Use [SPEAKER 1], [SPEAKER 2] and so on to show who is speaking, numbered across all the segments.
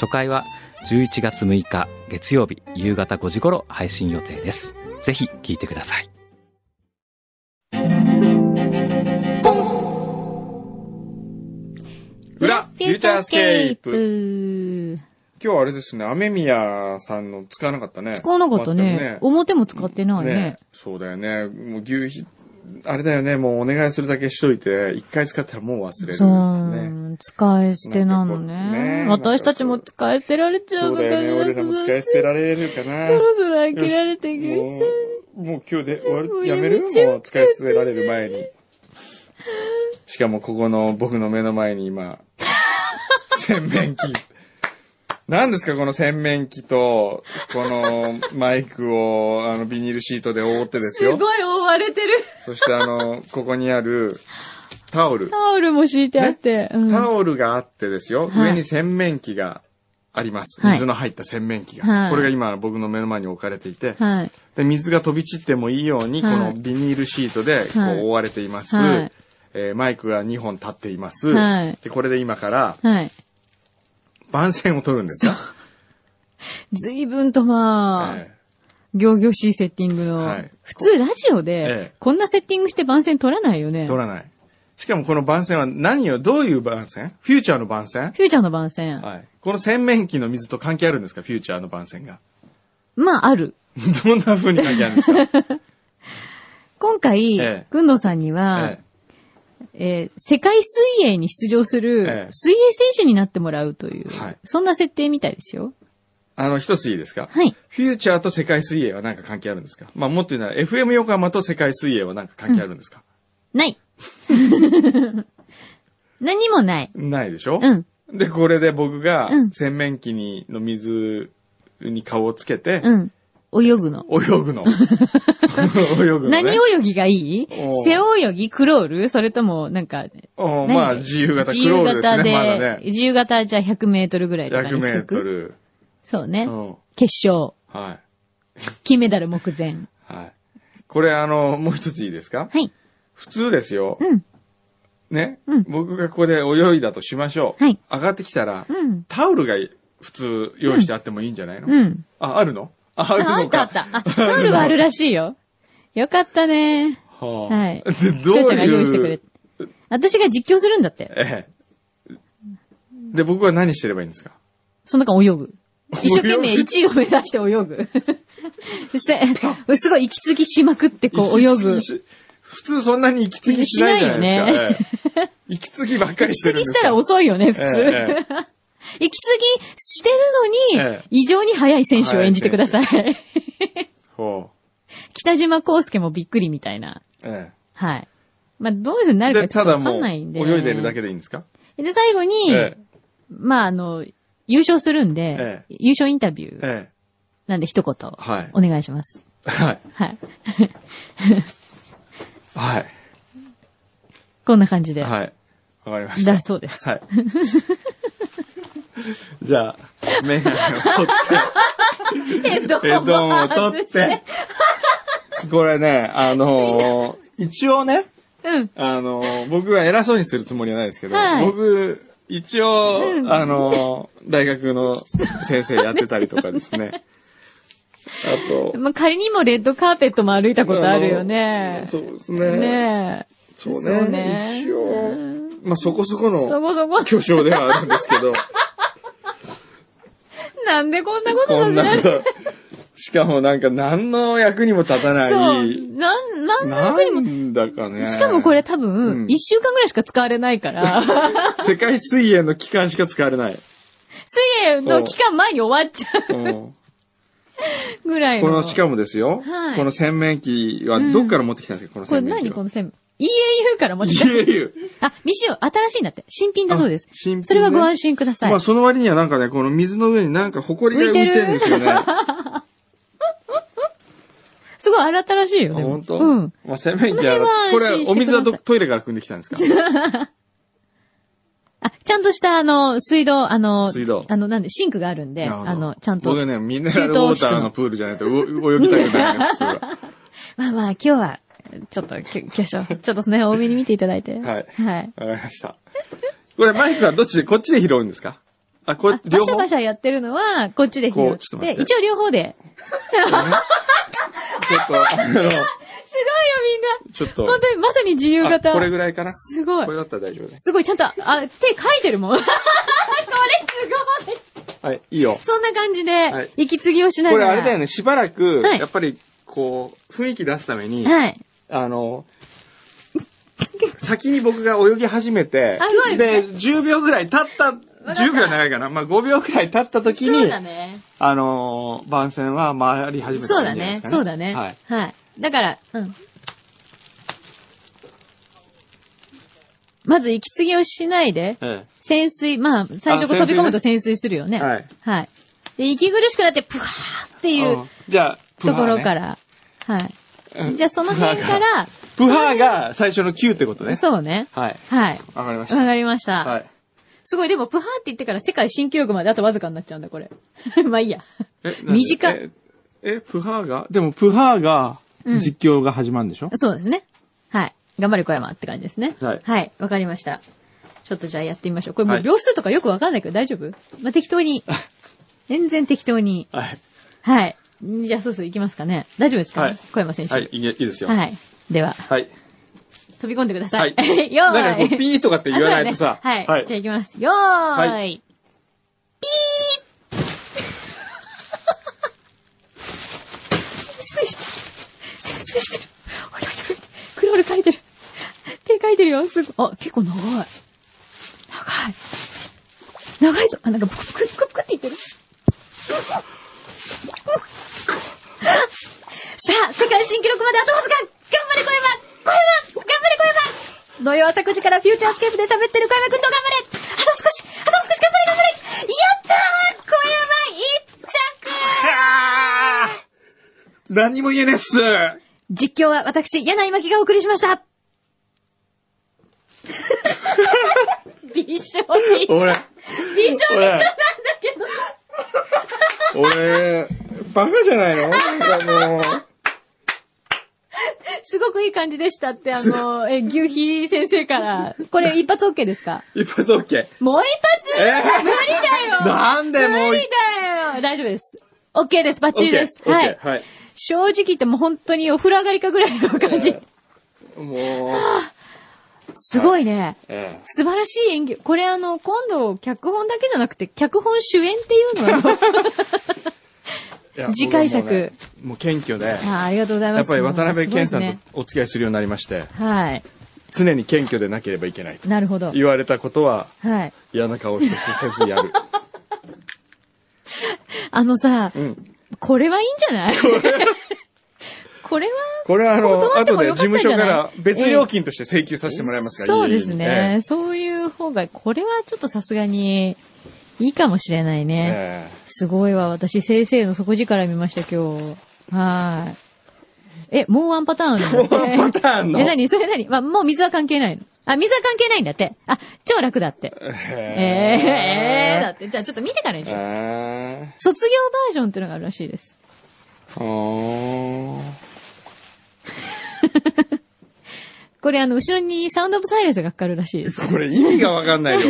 [SPEAKER 1] 初回は11月6日月曜日夕方5時頃配信予定ですぜひ聞いてください
[SPEAKER 2] 裏フューチャースケープ
[SPEAKER 3] プ
[SPEAKER 2] 今日はあれですね、雨宮さんの使わなかったね。
[SPEAKER 3] 使わなかったね
[SPEAKER 2] 全く
[SPEAKER 3] 表も使ってないね
[SPEAKER 2] そうだよね。もう牛皮、あれだよね、もうお願いするだけしといて、一回使ったらもう忘れ
[SPEAKER 3] そ
[SPEAKER 2] る、ね。
[SPEAKER 3] う、使い捨てなのね
[SPEAKER 2] なんかこうね
[SPEAKER 3] 私たちも使い捨てられちゃ
[SPEAKER 2] そううだよね、俺らも使い捨てられるかな。
[SPEAKER 3] そろそろ飽きられてきま
[SPEAKER 2] も
[SPEAKER 3] した。
[SPEAKER 2] う、もう今日で終
[SPEAKER 3] も
[SPEAKER 2] わ
[SPEAKER 3] う
[SPEAKER 2] る、
[SPEAKER 3] や
[SPEAKER 2] や
[SPEAKER 3] め
[SPEAKER 2] める
[SPEAKER 3] ちゃう
[SPEAKER 2] もう使い捨てられる前に。しかもここの僕の目の前 に今、洗面器。何ですかこの洗面器と、このマイクをあのビニールシートで覆ってです
[SPEAKER 3] す
[SPEAKER 2] よ。
[SPEAKER 3] ごい覆われてる。
[SPEAKER 2] そしてあの、ここにあるタオル。
[SPEAKER 3] タオルも敷いてあって。うん
[SPEAKER 2] タオルがあってですよ。
[SPEAKER 3] はい
[SPEAKER 2] 上に洗面器があります。
[SPEAKER 3] はい
[SPEAKER 2] 水の入った洗面器が。
[SPEAKER 3] はい
[SPEAKER 2] これが今僕の目の前に置かれていて。
[SPEAKER 3] はい。
[SPEAKER 2] で、水が飛び散ってもいいように、こ
[SPEAKER 3] はい
[SPEAKER 2] のビニールシートでこ
[SPEAKER 3] はいう
[SPEAKER 2] 覆われています。
[SPEAKER 3] はい
[SPEAKER 2] えーマイクが2本立っています。
[SPEAKER 3] はい
[SPEAKER 2] で、これで今から
[SPEAKER 3] はい。
[SPEAKER 2] 番宣を取るんですよ。
[SPEAKER 3] 随分とまあ、
[SPEAKER 2] え
[SPEAKER 3] 行々しいセッティングの。
[SPEAKER 2] はい
[SPEAKER 3] 普通ラジオ
[SPEAKER 2] え
[SPEAKER 3] で
[SPEAKER 2] え、
[SPEAKER 3] こんなセッティングして番宣取らないよね。
[SPEAKER 2] ー取らない。しかもこの番宣は何を、どういう番宣フューチャーの番宣
[SPEAKER 3] フューチャーの番宣。
[SPEAKER 2] はい。この洗面器の水と関係あるんですかフューチャーの番宣が。
[SPEAKER 3] まあ、ある。
[SPEAKER 2] どんな風に関係あるんですか
[SPEAKER 3] 今回、
[SPEAKER 2] ええ
[SPEAKER 3] くんどうさんには、
[SPEAKER 2] ええ
[SPEAKER 3] えー世界水泳に出場す
[SPEAKER 2] え
[SPEAKER 3] る
[SPEAKER 2] え
[SPEAKER 3] 水泳選手になってもらうという、
[SPEAKER 2] はい
[SPEAKER 3] そんな設定みたいですよ。
[SPEAKER 2] あの、一ついいですか
[SPEAKER 3] はい。
[SPEAKER 2] フューチャーと世界水泳は何か関係あるんですかまあ、もっと言うなら FM 横浜と世界水泳は何か関係あるんですか、
[SPEAKER 3] ない。 何もない。
[SPEAKER 2] ないでしょ
[SPEAKER 3] うん。
[SPEAKER 2] で、これで僕が
[SPEAKER 3] うん
[SPEAKER 2] 洗面器にの水に顔をつけて、
[SPEAKER 3] うん。泳ぐの。
[SPEAKER 2] 泳ぐ の。泳ぐの、ね。
[SPEAKER 3] 何泳ぎがいい
[SPEAKER 2] おう
[SPEAKER 3] 背泳ぎ、クロールそれとも、なんか、
[SPEAKER 2] お
[SPEAKER 3] 何
[SPEAKER 2] まあ、自由形、クロールですね、まだね。
[SPEAKER 3] 自由形じゃあ100メートルぐらいとか
[SPEAKER 2] 100
[SPEAKER 3] に
[SPEAKER 2] メ
[SPEAKER 3] しと
[SPEAKER 2] ート
[SPEAKER 3] く。
[SPEAKER 2] ル。
[SPEAKER 3] そうね
[SPEAKER 2] う。ん。
[SPEAKER 3] 決勝、
[SPEAKER 2] はい。
[SPEAKER 3] 金メダル目前。
[SPEAKER 2] はい。これ、あの、もう一ついいですか
[SPEAKER 3] はい。
[SPEAKER 2] 普通ですよ。
[SPEAKER 3] うん。
[SPEAKER 2] ね、
[SPEAKER 3] うん
[SPEAKER 2] 僕がここで泳いだとしましょう。
[SPEAKER 3] はい
[SPEAKER 2] 上がってきたら、
[SPEAKER 3] うん。
[SPEAKER 2] タオルが普通用意してあってもいいんじゃないの、
[SPEAKER 3] うん。
[SPEAKER 2] あ、あるのあ、ある
[SPEAKER 3] ああっ
[SPEAKER 2] の
[SPEAKER 3] た
[SPEAKER 2] か。
[SPEAKER 3] あった。あ、タオルはあるらしいよ。よかったね。
[SPEAKER 2] はあ、
[SPEAKER 3] はい
[SPEAKER 2] で、ど
[SPEAKER 3] し
[SPEAKER 2] うい
[SPEAKER 3] ょ
[SPEAKER 2] う。
[SPEAKER 3] うちゃんが用意してくれ。私が実況するんだって。
[SPEAKER 2] ええ。で、僕は何してればいいんですか
[SPEAKER 3] その間泳ぐ。一生懸命1位を目指して泳ぐ。 せすごい息継ぎしまくってこう泳ぐ。
[SPEAKER 2] 息継ぎし普通そんなに息継ぎしないじゃないですか。
[SPEAKER 3] しないよね
[SPEAKER 2] ええ息継ぎばっかりし
[SPEAKER 3] 息継
[SPEAKER 2] てるんで
[SPEAKER 3] ぎ
[SPEAKER 2] す
[SPEAKER 3] したら
[SPEAKER 2] よ
[SPEAKER 3] 遅いよね、普通。
[SPEAKER 2] ええ
[SPEAKER 3] 息継ぎしてるのに、
[SPEAKER 2] ええ
[SPEAKER 3] 異常に速い選手を演じてください。
[SPEAKER 2] ほ
[SPEAKER 3] 北島康介もびっくりみたいな。
[SPEAKER 2] うえ
[SPEAKER 3] はい。まあ、どういう風にな
[SPEAKER 2] え
[SPEAKER 3] るか
[SPEAKER 2] で、
[SPEAKER 3] ちょ
[SPEAKER 2] た
[SPEAKER 3] っと
[SPEAKER 2] だ
[SPEAKER 3] わか
[SPEAKER 2] も
[SPEAKER 3] ん
[SPEAKER 2] う、
[SPEAKER 3] ないんで。
[SPEAKER 2] 泳いでるだけでいいんですか
[SPEAKER 3] で、最後に、
[SPEAKER 2] え
[SPEAKER 3] まあ、あの、優勝するんで、
[SPEAKER 2] え
[SPEAKER 3] 優勝インタビュー
[SPEAKER 2] え。え
[SPEAKER 3] なんで一言、
[SPEAKER 2] はい
[SPEAKER 3] お願いします。
[SPEAKER 2] え。はい。
[SPEAKER 3] はい。
[SPEAKER 2] はい。
[SPEAKER 3] こんな感じで。
[SPEAKER 2] はい。わかりました。
[SPEAKER 3] だそうです。
[SPEAKER 2] はい。じゃあ、メガネを取
[SPEAKER 3] え、ど
[SPEAKER 2] って、ヘッドンを取って。、これね、あのー一応ね、
[SPEAKER 3] うん。
[SPEAKER 2] あのー僕は偉そうにするつもりはないですけど、
[SPEAKER 3] はい
[SPEAKER 2] 僕、一応、
[SPEAKER 3] うん
[SPEAKER 2] あのー大学の先生やってたりとかです ね。あと、
[SPEAKER 3] まあ、仮にもレッドカーペットも歩いたことあるよね。
[SPEAKER 2] そうです
[SPEAKER 3] ね
[SPEAKER 2] ね。
[SPEAKER 3] ね
[SPEAKER 2] そう
[SPEAKER 3] そ
[SPEAKER 2] ね。
[SPEAKER 3] うね
[SPEAKER 2] 一応、まあ、そこそこ
[SPEAKER 3] え。そ
[SPEAKER 2] の
[SPEAKER 3] こそこ。
[SPEAKER 2] 巨匠ではあるんです けど、
[SPEAKER 3] なんでこんなこと
[SPEAKER 2] こ
[SPEAKER 3] さ
[SPEAKER 2] ん
[SPEAKER 3] せら
[SPEAKER 2] な
[SPEAKER 3] れ
[SPEAKER 2] こ
[SPEAKER 3] る
[SPEAKER 2] と。しかもなんか何の役にも立たな
[SPEAKER 3] そう。
[SPEAKER 2] い。
[SPEAKER 3] なん、なんの
[SPEAKER 2] な
[SPEAKER 3] 役にも。
[SPEAKER 2] んだかね。
[SPEAKER 3] しかもこれ、多分
[SPEAKER 2] う、ん
[SPEAKER 3] 一週間ぐらいしか使われない から、
[SPEAKER 2] 世界水泳の期間しか使われない。
[SPEAKER 3] 水泳の期間前に終わっちゃう
[SPEAKER 2] うん
[SPEAKER 3] ぐらい
[SPEAKER 2] こ
[SPEAKER 3] の。
[SPEAKER 2] の、しかもですよ。
[SPEAKER 3] はい
[SPEAKER 2] この洗面器はどっから持ってきたんですか、この
[SPEAKER 3] これ
[SPEAKER 2] 洗面器
[SPEAKER 3] 何
[SPEAKER 2] は。
[SPEAKER 3] この線。 EAU から持ってきた。
[SPEAKER 2] EAU。
[SPEAKER 3] あ、未使用、新しいんだって。新品だそうです
[SPEAKER 2] あ。新品ね
[SPEAKER 3] それはご安心ください。
[SPEAKER 2] まあ、その割にはなんかね、この水の上になんか埃が浮いてるんですよね。あ
[SPEAKER 3] すごい新々しいよ、でも。
[SPEAKER 2] 本当
[SPEAKER 3] うん。。
[SPEAKER 2] まあ、洗面器やら
[SPEAKER 3] そ
[SPEAKER 2] こ
[SPEAKER 3] の辺は安心して
[SPEAKER 2] れ、お水は
[SPEAKER 3] くだ
[SPEAKER 2] ど
[SPEAKER 3] さ
[SPEAKER 2] トイレから汲んできたんですか
[SPEAKER 3] あ、ちゃんとした、あの、水道、あの、
[SPEAKER 2] 水道
[SPEAKER 3] あの、なんで、シンクがあるんで、
[SPEAKER 2] なるほど
[SPEAKER 3] あの、ちゃんと。
[SPEAKER 2] 僕ね、ミネラルウォーターのプールじゃないと、う泳ぎたくないね普通は。
[SPEAKER 3] まあまあ、今日は、ちょっと、き巨匠、ちょっとその辺多めに見ていただいて。
[SPEAKER 2] はい
[SPEAKER 3] はい。
[SPEAKER 2] わかりました。これ、マイクはどっちで、こっちで拾うんですかあ、こ
[SPEAKER 3] あ
[SPEAKER 2] う、両
[SPEAKER 3] バシャ
[SPEAKER 2] 方
[SPEAKER 3] バシャやってるのは、こっちで
[SPEAKER 2] こ
[SPEAKER 3] 拾っ
[SPEAKER 2] うちょっと
[SPEAKER 3] て、
[SPEAKER 2] 待って
[SPEAKER 3] 一応両方で。
[SPEAKER 2] ちょっと、あの、
[SPEAKER 3] すご
[SPEAKER 2] ちょっ
[SPEAKER 3] い
[SPEAKER 2] と
[SPEAKER 3] よ、みんな。本当に、まさに自由
[SPEAKER 2] あ
[SPEAKER 3] 型。
[SPEAKER 2] これぐらいかな。
[SPEAKER 3] すごい
[SPEAKER 2] これだったら大丈夫です。
[SPEAKER 3] すごい、ちゃんと、あ、手書いてるもん。 これすごい。
[SPEAKER 2] はい、いいよ。
[SPEAKER 3] そんな感じ
[SPEAKER 2] はい
[SPEAKER 3] で、息継ぎをしな
[SPEAKER 2] こ
[SPEAKER 3] が
[SPEAKER 2] れ
[SPEAKER 3] ら。
[SPEAKER 2] あれだよね、しばらく、
[SPEAKER 3] はい
[SPEAKER 2] やっぱり、こう、雰囲気出すために、
[SPEAKER 3] はい。
[SPEAKER 2] あの、先に僕が泳ぎ始めて
[SPEAKER 3] あそう、で
[SPEAKER 2] で、10秒ぐらい経った、
[SPEAKER 3] った
[SPEAKER 2] 10秒は長いかな。まあ、5秒ぐらい経った時
[SPEAKER 3] そう
[SPEAKER 2] に、
[SPEAKER 3] だね。
[SPEAKER 2] あのー、番宣は回り始めた
[SPEAKER 3] そう
[SPEAKER 2] らいい
[SPEAKER 3] だ
[SPEAKER 2] んじゃないで
[SPEAKER 3] ね
[SPEAKER 2] すか、ね。
[SPEAKER 3] そうだね。
[SPEAKER 2] はい。
[SPEAKER 3] はい。だから、うん。まず息継ぎをしないで、
[SPEAKER 2] え
[SPEAKER 3] 潜水、まあ、最初
[SPEAKER 2] あ
[SPEAKER 3] 飛び込むと
[SPEAKER 2] 潜
[SPEAKER 3] 潜水するよね。
[SPEAKER 2] はい。
[SPEAKER 3] はい。で、息苦しくなって、プワーって
[SPEAKER 2] え
[SPEAKER 3] いう
[SPEAKER 2] うんじゃあ、プ
[SPEAKER 3] と
[SPEAKER 2] ハ
[SPEAKER 3] ころか
[SPEAKER 2] ーね
[SPEAKER 3] ら。は
[SPEAKER 2] う
[SPEAKER 3] い。
[SPEAKER 2] ん
[SPEAKER 3] じゃあ、その辺か。
[SPEAKER 2] プハーが最初の Q ってこと
[SPEAKER 3] ら、
[SPEAKER 2] ね。
[SPEAKER 3] そうね。
[SPEAKER 2] はい。
[SPEAKER 3] はい。
[SPEAKER 2] わかりまし
[SPEAKER 3] わ
[SPEAKER 2] た。
[SPEAKER 3] かりました。
[SPEAKER 2] はい。
[SPEAKER 3] すごい、でも、プハーって言ってから世界新記録まであとわずかになっちゃうんだ、これ。 まあいいや。
[SPEAKER 2] えなんで
[SPEAKER 3] 短い。
[SPEAKER 2] え、えプハーがでも、プハーが
[SPEAKER 3] うん
[SPEAKER 2] 実況が始まるんでしょ、
[SPEAKER 3] そうですね。はい。頑張れ小山って感じですね。
[SPEAKER 2] はい
[SPEAKER 3] はい。わかりました。ちょっとじゃあやってみましょう。これも
[SPEAKER 2] は
[SPEAKER 3] う
[SPEAKER 2] い
[SPEAKER 3] 秒数とかよくわかんないけど大丈夫まあ、適当 に。全然適当に。
[SPEAKER 2] はい。
[SPEAKER 3] はい。じゃあ、そうそう、行きますかね。大丈夫ですか、
[SPEAKER 2] はい
[SPEAKER 3] 小山選手。
[SPEAKER 2] はい、いいいいですよ。
[SPEAKER 3] はい。では、
[SPEAKER 2] はい。
[SPEAKER 3] 飛び込んでください。
[SPEAKER 2] はい
[SPEAKER 3] よーい。
[SPEAKER 2] なんかこう、ピーとかって言わないとさ。
[SPEAKER 3] あそうだねはい。じゃあ行きます。よーい。
[SPEAKER 2] は
[SPEAKER 3] ピー潜水してる。潜水してる。泳いでる。クロール書いてる。手書いてるよ。すごい。あ、結構長い。長い。長いぞ。あ、なんかブクブクブクブクって言ってる。さあ、世界新記録まであとわずか頑張れ小山小山頑張れ小山土曜朝9時からフューチャースケープで喋ってる小山くんと頑張れあと少しあと少し頑張れ頑張れやったー小山一着
[SPEAKER 2] あー何にも言えねえっす。
[SPEAKER 3] 実況は私、柳井真紀がお送りしましたびしょびしょびしょびしょ
[SPEAKER 2] 俺、
[SPEAKER 3] びしょなんだけど
[SPEAKER 2] 俺、バカじゃないのなんかもう。
[SPEAKER 3] すごくいい感じでしたって、あの、え、牛皮先生から。これ一発 OK ですか
[SPEAKER 2] 一発 OK。
[SPEAKER 3] もう一発、
[SPEAKER 2] えー
[SPEAKER 3] 無理だよ
[SPEAKER 2] なんでもう
[SPEAKER 3] 無理だよ大丈夫です。OK です。バッチリです。
[SPEAKER 2] OK
[SPEAKER 3] はい。
[SPEAKER 2] OK はい。
[SPEAKER 3] 正直言ってもう本当にお風呂上がりかぐらいの感じ。
[SPEAKER 2] もう、
[SPEAKER 3] すごいね。
[SPEAKER 2] ええ
[SPEAKER 3] 素晴らしい演技。これあの、今度、脚本だけじゃなくて、脚本主演っていうの は
[SPEAKER 2] いや
[SPEAKER 3] 次回作
[SPEAKER 2] 僕はもうねもう謙虚で、
[SPEAKER 3] あーありがとうございます。
[SPEAKER 2] やっぱり渡辺謙さ
[SPEAKER 3] もうす
[SPEAKER 2] んとお付き合いするようになりまして、
[SPEAKER 3] ごいですねはい。
[SPEAKER 2] 常に謙虚でなければいけないと。
[SPEAKER 3] なるほど。
[SPEAKER 2] 言われたことは
[SPEAKER 3] はい。
[SPEAKER 2] 嫌な顔をせずせずやる。
[SPEAKER 3] あのさ、
[SPEAKER 2] うん。
[SPEAKER 3] これはいいんじゃないこれは、
[SPEAKER 2] これはあの、
[SPEAKER 3] 断って
[SPEAKER 2] 後
[SPEAKER 3] も
[SPEAKER 2] で
[SPEAKER 3] よ
[SPEAKER 2] 事
[SPEAKER 3] かったん
[SPEAKER 2] 務
[SPEAKER 3] じ
[SPEAKER 2] 所
[SPEAKER 3] ゃない
[SPEAKER 2] から別料金として請求させてもらいますから、
[SPEAKER 3] そうです
[SPEAKER 2] 家々に
[SPEAKER 3] ね。。そういう方が、これはちょっとさすがに、いいかもしれない
[SPEAKER 2] ええ
[SPEAKER 3] ね。
[SPEAKER 2] え
[SPEAKER 3] すごいわ。私、先生の底力見ました、今日。はーい。え、もうワンパターンあるんだって。
[SPEAKER 2] えパターンの。
[SPEAKER 3] え、何それ何まあ、もう水は関係ないの。あ、水は関係ないんだって。あ、超楽だって。
[SPEAKER 2] え
[SPEAKER 3] えー、え
[SPEAKER 2] え
[SPEAKER 3] ー、だって。じゃあちょっと見てからにしよう。
[SPEAKER 2] え
[SPEAKER 3] 卒業バージョンっていうのがあるらしいです。
[SPEAKER 2] ーおー
[SPEAKER 3] これあの、後ろにサウンドオブサイレンスがかかるらしいです。
[SPEAKER 2] これ意味がわか んないよ。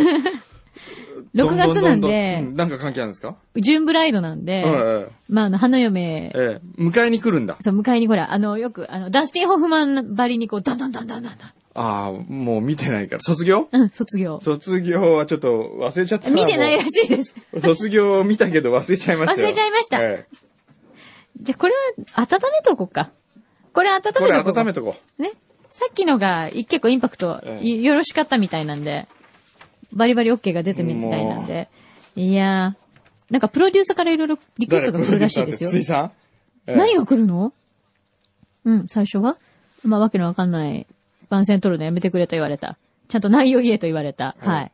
[SPEAKER 3] 6月なん
[SPEAKER 2] どどど
[SPEAKER 3] で
[SPEAKER 2] う、なんか関係あるんですか
[SPEAKER 3] ジューンブライドなん
[SPEAKER 2] え
[SPEAKER 3] で、
[SPEAKER 2] え
[SPEAKER 3] まあ、あの、花嫁
[SPEAKER 2] ええ迎えに来るんだ。
[SPEAKER 3] そう、迎えにほら、あの、よく、あの、ダスティン・ホフマンばりにこう、どんどんどんどんどんどん。
[SPEAKER 2] ああ、もう見てないから。卒業
[SPEAKER 3] うん、卒業。
[SPEAKER 2] 卒業はちょっと忘れちゃったな
[SPEAKER 3] 見てないら
[SPEAKER 2] も
[SPEAKER 3] しいです。
[SPEAKER 2] う卒業を見たけど忘れちゃいましたよ。
[SPEAKER 3] 忘れちゃいました
[SPEAKER 2] ええ
[SPEAKER 3] じゃあ、これは、温めとこうか。これ温めとこ
[SPEAKER 2] こ
[SPEAKER 3] う
[SPEAKER 2] れ
[SPEAKER 3] か。
[SPEAKER 2] 温めとこ
[SPEAKER 3] ね。さっきのが、い結構インパクト、
[SPEAKER 2] ええ
[SPEAKER 3] いよろしかったみたいなんで、バリバリ OK が出てみたいなんで。いやー、なんかプロデューサーからいろいろリ
[SPEAKER 2] う。
[SPEAKER 3] クエストが来るらしいですよ。
[SPEAKER 2] 誰プロデューサーって筒井さん、ええ
[SPEAKER 3] 何が来るのうん、最初はまあ、わけのわかんない。番線取るのやめてくれと言われた。ちゃんと内容言えと言われた。
[SPEAKER 2] はい
[SPEAKER 3] はい。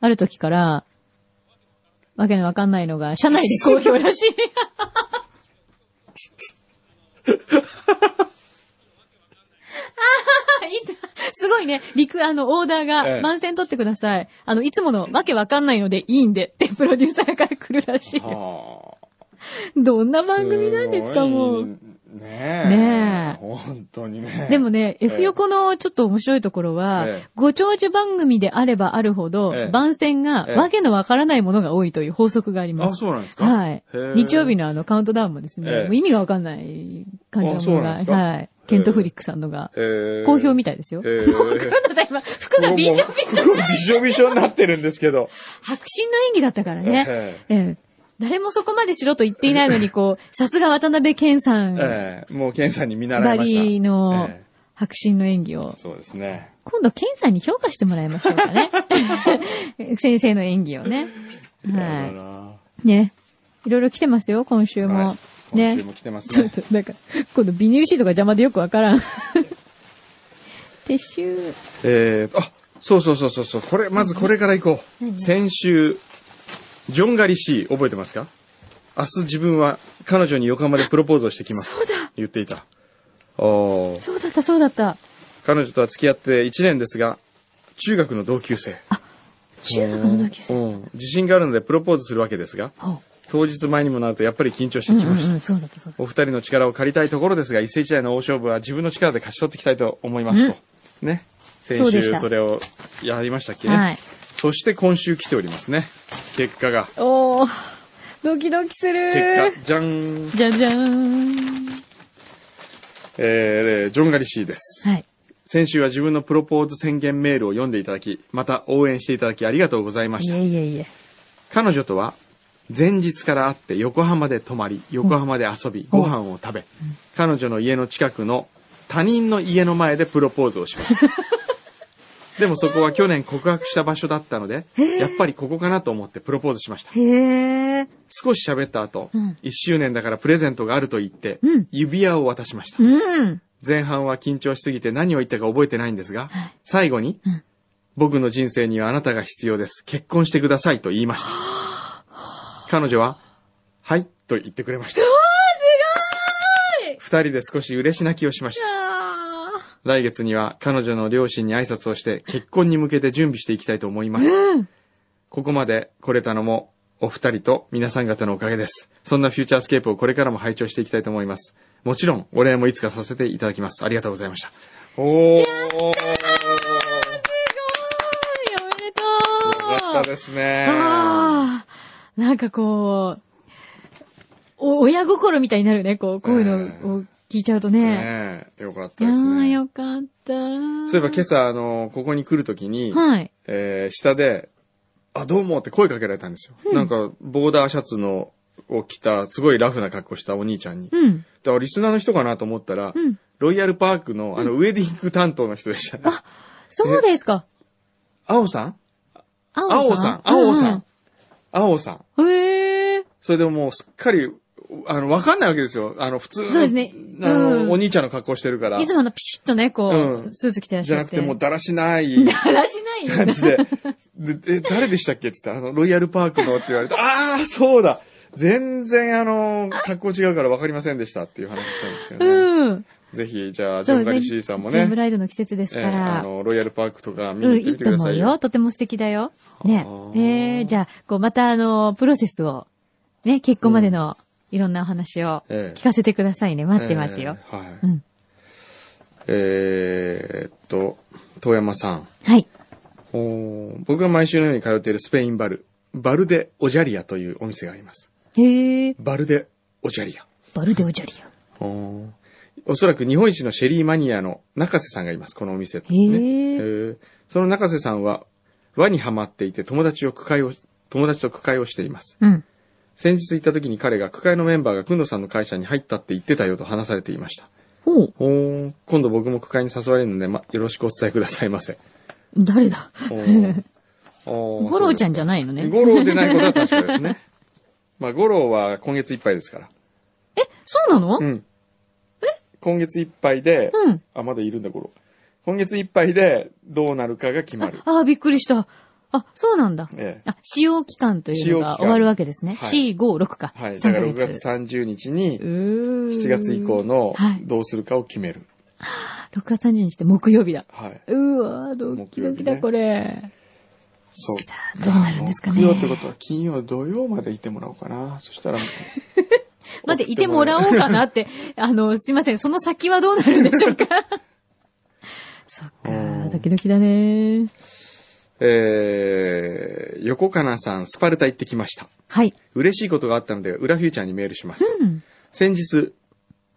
[SPEAKER 3] ある時から、わけのわかんないのが、社内で好評らしい。あーいたすごいね、陸、あの、オーダー
[SPEAKER 2] え
[SPEAKER 3] が、
[SPEAKER 2] え
[SPEAKER 3] 番線取ってください。あの、いつものわけわかんないのでいいんで、ってプロデューサーから来るらしい。
[SPEAKER 2] はあ。
[SPEAKER 3] どんな番組なんですか、もう。。
[SPEAKER 2] ねえ。
[SPEAKER 3] ねえ
[SPEAKER 2] 本当にね。
[SPEAKER 3] でもね、
[SPEAKER 2] え
[SPEAKER 3] F 横のちょっと面白いところは
[SPEAKER 2] ええ、
[SPEAKER 3] ご長寿番組であればあるほど
[SPEAKER 2] ええ、
[SPEAKER 3] 番宣が
[SPEAKER 2] ええ
[SPEAKER 3] わけのわからないものが多いという法則がありま
[SPEAKER 2] あ、
[SPEAKER 3] す。
[SPEAKER 2] そうなんですか
[SPEAKER 3] はい
[SPEAKER 2] へえ。
[SPEAKER 3] 日曜日のあのカウントダウンもですね
[SPEAKER 2] ええ、
[SPEAKER 3] もう意味がわかんない感じのもの
[SPEAKER 2] あそうなんですか
[SPEAKER 3] が、はい。ケント・フリックさんのが、
[SPEAKER 2] えー
[SPEAKER 3] 好評みたいですよ。
[SPEAKER 2] え ー
[SPEAKER 3] ごめんなさい、今、服がびしょびしょ。
[SPEAKER 2] ょ。びしょびしょになってるんですけど。
[SPEAKER 3] 白真の演技だったからね。
[SPEAKER 2] ええ
[SPEAKER 3] ええ誰もそこまでしろと言っていないのに、こう、さすが渡辺謙さん
[SPEAKER 2] ええもう、ケンさんに見習
[SPEAKER 3] バ
[SPEAKER 2] いました。
[SPEAKER 3] リーの
[SPEAKER 2] ええ
[SPEAKER 3] 白真の演技を。
[SPEAKER 2] そうですね。
[SPEAKER 3] 今度、ケンさんに評価してもらいましょうか ね。先生の演技をね。
[SPEAKER 2] やだ
[SPEAKER 3] は。
[SPEAKER 2] ない
[SPEAKER 3] ね。いろいろ来てますよ、今週も。
[SPEAKER 2] はい
[SPEAKER 3] ね
[SPEAKER 2] 今週も来てます
[SPEAKER 3] ちょっ
[SPEAKER 2] ね。
[SPEAKER 3] と、なんか、今度ビニールシートが邪魔でよくわからん。撤収。
[SPEAKER 2] えーと、あ、そうそうそうそうそう。これ、まずこれから行こう。
[SPEAKER 3] 何
[SPEAKER 2] 先週、ジョンガリシー、覚えてますか明日自分は彼女に横浜でプロポーズをしてきます。
[SPEAKER 3] そうだ
[SPEAKER 2] 言っていた。おー
[SPEAKER 3] そうだった、そうだった。
[SPEAKER 2] 彼女とは付き合って1年ですが、中学の同級生。
[SPEAKER 3] 中学の同級生。
[SPEAKER 2] うん。自信があるのでプロポーズするわけですが、
[SPEAKER 3] ほ
[SPEAKER 2] 当日前にもなるとやっぱり緊張し
[SPEAKER 3] う
[SPEAKER 2] て
[SPEAKER 3] うん
[SPEAKER 2] きました。
[SPEAKER 3] うんうん、そうだった、そうだった。
[SPEAKER 2] お二人の力を借りたいところですが、一世一代の大勝負は自分の力で勝ち取っていきたいと思いますと。ね。先
[SPEAKER 3] そうでし
[SPEAKER 2] 週
[SPEAKER 3] た
[SPEAKER 2] それをやりましたっけね。
[SPEAKER 3] はい
[SPEAKER 2] そして今週来ておりますね。結果が。
[SPEAKER 3] おー、ドキドキす
[SPEAKER 2] 結
[SPEAKER 3] る。
[SPEAKER 2] 果、じゃん。
[SPEAKER 3] じゃじゃーん。
[SPEAKER 2] えー、ジョンガリシーです。
[SPEAKER 3] はい。
[SPEAKER 2] 先週は自分のプロポーズ宣言メールを読んでいただき、また応援していただきありがとうございまし
[SPEAKER 3] い
[SPEAKER 2] た。
[SPEAKER 3] えいえいえ。
[SPEAKER 2] 彼女とは前日から会って横浜で泊まり横浜で遊びご飯を食べ彼女の家の近くの他人の家の前でプロポーズをし ましたでもそこは去年告白した場所だったのでやっぱりここかなと思ってプロポーズしました
[SPEAKER 3] へー。
[SPEAKER 2] 少し喋った後、
[SPEAKER 3] うん
[SPEAKER 2] 1周年だからプレゼントがあると言って、
[SPEAKER 3] うん
[SPEAKER 2] 指輪を渡しました、
[SPEAKER 3] うん。
[SPEAKER 2] 前半は緊張しすぎて何を言ったか覚えてないんですが、最後に、
[SPEAKER 3] うん
[SPEAKER 2] 僕の人生にはあなたが必要です。結婚してくださいと言い ました。彼女は、はいと言ってくれました。二人で少し嬉し泣きをしました。
[SPEAKER 3] あー。
[SPEAKER 2] 来月には彼女の両親に挨拶をして結婚に向けて準備していきたいと思います。ここまで来れたのもお二人と皆さん方のおかげです。そんなフューチャースケープをこれからも拝聴していきたいと思います。もちろんお礼もいつかさせていただきます。ありがとうございました。おー。
[SPEAKER 3] おめでとう
[SPEAKER 2] よかったですね。
[SPEAKER 3] ああ、なんかこう、お、親心みたいになるね、こう、こういうのを聞いちゃうとね。
[SPEAKER 2] ねえよかっ
[SPEAKER 3] い
[SPEAKER 2] た
[SPEAKER 3] や
[SPEAKER 2] です
[SPEAKER 3] ー、
[SPEAKER 2] ね。
[SPEAKER 3] よかった。
[SPEAKER 2] そういえば今朝、あの、ここに来るときに、
[SPEAKER 3] はい。
[SPEAKER 2] えー下で、あ、どうもって声かけられたんですよ。なんか、ボーダーシャツの、を着た、すごいラフな格好したお兄ちゃんに。
[SPEAKER 3] うん。
[SPEAKER 2] だからリスナーの人かなと思ったら、
[SPEAKER 3] うん
[SPEAKER 2] ロイヤルパークの、あの、ウェディング担当の人でした。
[SPEAKER 3] そうですか。
[SPEAKER 2] 青さん
[SPEAKER 3] あ
[SPEAKER 2] 青さん青さん。青さん。
[SPEAKER 3] へえ。
[SPEAKER 2] それでもうすっかり、あの、わかんないわけですよ。あの、普通の。
[SPEAKER 3] そうですね
[SPEAKER 2] あの、
[SPEAKER 3] うん
[SPEAKER 2] お兄ちゃんの格好してるから。
[SPEAKER 3] いつものピシッとね、こ
[SPEAKER 2] うん
[SPEAKER 3] う、スーツ着てらっし
[SPEAKER 2] じ
[SPEAKER 3] ゃ
[SPEAKER 2] ゃな
[SPEAKER 3] っ
[SPEAKER 2] く
[SPEAKER 3] て。
[SPEAKER 2] て、もうだらしない
[SPEAKER 3] だらしないよ
[SPEAKER 2] 感。じで。で、え、誰でしたっけって言ったら、あの、ロイヤルパークのって言われて、ああ、そうだ全然あの、格好違うから分かりませんでしたっていう話したんですけどね。
[SPEAKER 3] うん。
[SPEAKER 2] ぜひ、じゃあ、ジ
[SPEAKER 3] そうです
[SPEAKER 2] ョンガ
[SPEAKER 3] ね。
[SPEAKER 2] リシーさんも
[SPEAKER 3] ジョンブ
[SPEAKER 2] ね、
[SPEAKER 3] ライドの季節ですか
[SPEAKER 2] えーあ
[SPEAKER 3] ら。
[SPEAKER 2] の、ロイヤルパークとか見
[SPEAKER 3] うん、
[SPEAKER 2] に
[SPEAKER 3] い
[SPEAKER 2] 行っ
[SPEAKER 3] いと
[SPEAKER 2] てみてくだ
[SPEAKER 3] 思
[SPEAKER 2] さ
[SPEAKER 3] う
[SPEAKER 2] い
[SPEAKER 3] よ。
[SPEAKER 2] よ。
[SPEAKER 3] とても素敵だよ。ね
[SPEAKER 2] あ。
[SPEAKER 3] え
[SPEAKER 2] ー
[SPEAKER 3] ー、じゃあ、こう、また、あの、プロセスを、ね、結婚までの、いろんなお話を、
[SPEAKER 2] ええ
[SPEAKER 3] 聞かせてくださいね。待ってますよ。
[SPEAKER 2] えーはい。
[SPEAKER 3] うん。
[SPEAKER 2] えーっと、遠山さん。
[SPEAKER 3] はい。
[SPEAKER 2] おー僕が毎週のように通っているスペインバル、バルデ・オジャリアというお店があります。
[SPEAKER 3] へえ、
[SPEAKER 2] バルデ・オジャリア。
[SPEAKER 3] バルデオジャリ
[SPEAKER 2] おーおそらく日本一のシェリーマニアの中瀬さんがいます、このお店って、
[SPEAKER 3] へ
[SPEAKER 2] ね。
[SPEAKER 3] ー
[SPEAKER 2] ーその中瀬さんは輪にはまっていて友達を区会を、友達と区会をしています。
[SPEAKER 3] ア。うん。
[SPEAKER 2] 先日行った時に彼が区会のメンバーがくんどさんの会社に入ったって言ってたよと話されていました。
[SPEAKER 3] おう、
[SPEAKER 2] おー今度僕も区会に誘われるので、ま、よろしくお伝えくださいませ。
[SPEAKER 3] 誰だ
[SPEAKER 2] お ーおー
[SPEAKER 3] ゴロウちゃんじゃ
[SPEAKER 2] い
[SPEAKER 3] ないのね。
[SPEAKER 2] 五郎でないことは確かですね。まあ、五郎は今月いっぱいですから。
[SPEAKER 3] そうなの
[SPEAKER 2] うん。今月いっぱいで、
[SPEAKER 3] うん
[SPEAKER 2] あ、まだいるんだ、五郎。今月いっぱいでどうなるかが決まる。
[SPEAKER 3] ああ、びっくりした。あ、そうなんだ。
[SPEAKER 2] ええ
[SPEAKER 3] あ、使用期間というの
[SPEAKER 2] 使用期
[SPEAKER 3] が
[SPEAKER 2] 間
[SPEAKER 3] 終わるわけですね。
[SPEAKER 2] はい
[SPEAKER 3] C、5、6か。
[SPEAKER 2] はい。だ
[SPEAKER 3] 3ヶ
[SPEAKER 2] から6
[SPEAKER 3] 月
[SPEAKER 2] 月。30日に、
[SPEAKER 3] 7
[SPEAKER 2] 7月以降の
[SPEAKER 3] はい
[SPEAKER 2] どうするかを決める。
[SPEAKER 3] 6月30日って木曜日だ。
[SPEAKER 2] はい。
[SPEAKER 3] うわードキドキだ、こ
[SPEAKER 2] 木
[SPEAKER 3] れ。
[SPEAKER 2] そう
[SPEAKER 3] さあどうなるんですかね
[SPEAKER 2] 木曜ってことは金曜、土曜までいてもらおうかな。そしたら、
[SPEAKER 3] までいてもらおうかなって、あの、すいません、その先はどうなるんでしょうかそっ
[SPEAKER 2] う
[SPEAKER 3] か、
[SPEAKER 2] ん
[SPEAKER 3] ドキドキだね。
[SPEAKER 2] えー、横かなさん、スパルタ行ってきました。
[SPEAKER 3] はい。
[SPEAKER 2] 嬉しいことがあったので、裏フューチャーにメールします。
[SPEAKER 3] うん。
[SPEAKER 2] 先日、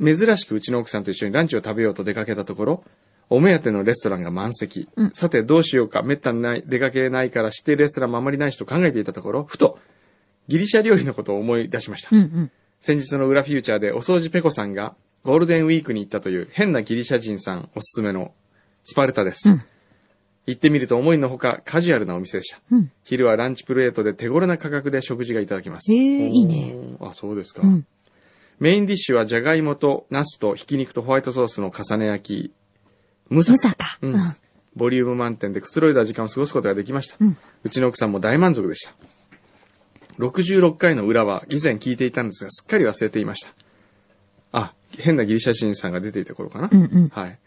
[SPEAKER 2] 珍しくうちの奥さんと一緒にランチを食べようと出かけたところ、お目当てのレストランが満席。
[SPEAKER 3] うん
[SPEAKER 2] さて、どうしようか、めったにない出かけないからしてレストランもあまりないしと考えていたところ、ふと、ギリシャ料理のことを思い出しました。
[SPEAKER 3] うんうん。
[SPEAKER 2] 先日の裏フューチャーでお掃除ペコさんがゴールデンウィークに行ったという変なギリシャ人さんおすすめのスパルタです。
[SPEAKER 3] うん
[SPEAKER 2] 行ってみると思いのほかカジュアルなお店でした。
[SPEAKER 3] うん。
[SPEAKER 2] 昼はランチプレートで手頃な価格で食事がいただけます。
[SPEAKER 3] へえいいね
[SPEAKER 2] おー。あ、そうですか。
[SPEAKER 3] うん。
[SPEAKER 2] メインディッシュはジャガイモとナスとひき肉とホワイトソースの重ね焼き、ムサ
[SPEAKER 3] ムサか。
[SPEAKER 2] う
[SPEAKER 3] うんん。
[SPEAKER 2] ボリューム満点でくつろいだ時間を過ごすことができました。
[SPEAKER 3] うん。
[SPEAKER 2] うちの奥さんも大満足でした。66回の裏は以前聞いていたんですが、すっかり忘れていました。あ、変なギリシャ人さんが出ていた頃かな。
[SPEAKER 3] うんうん
[SPEAKER 2] はい。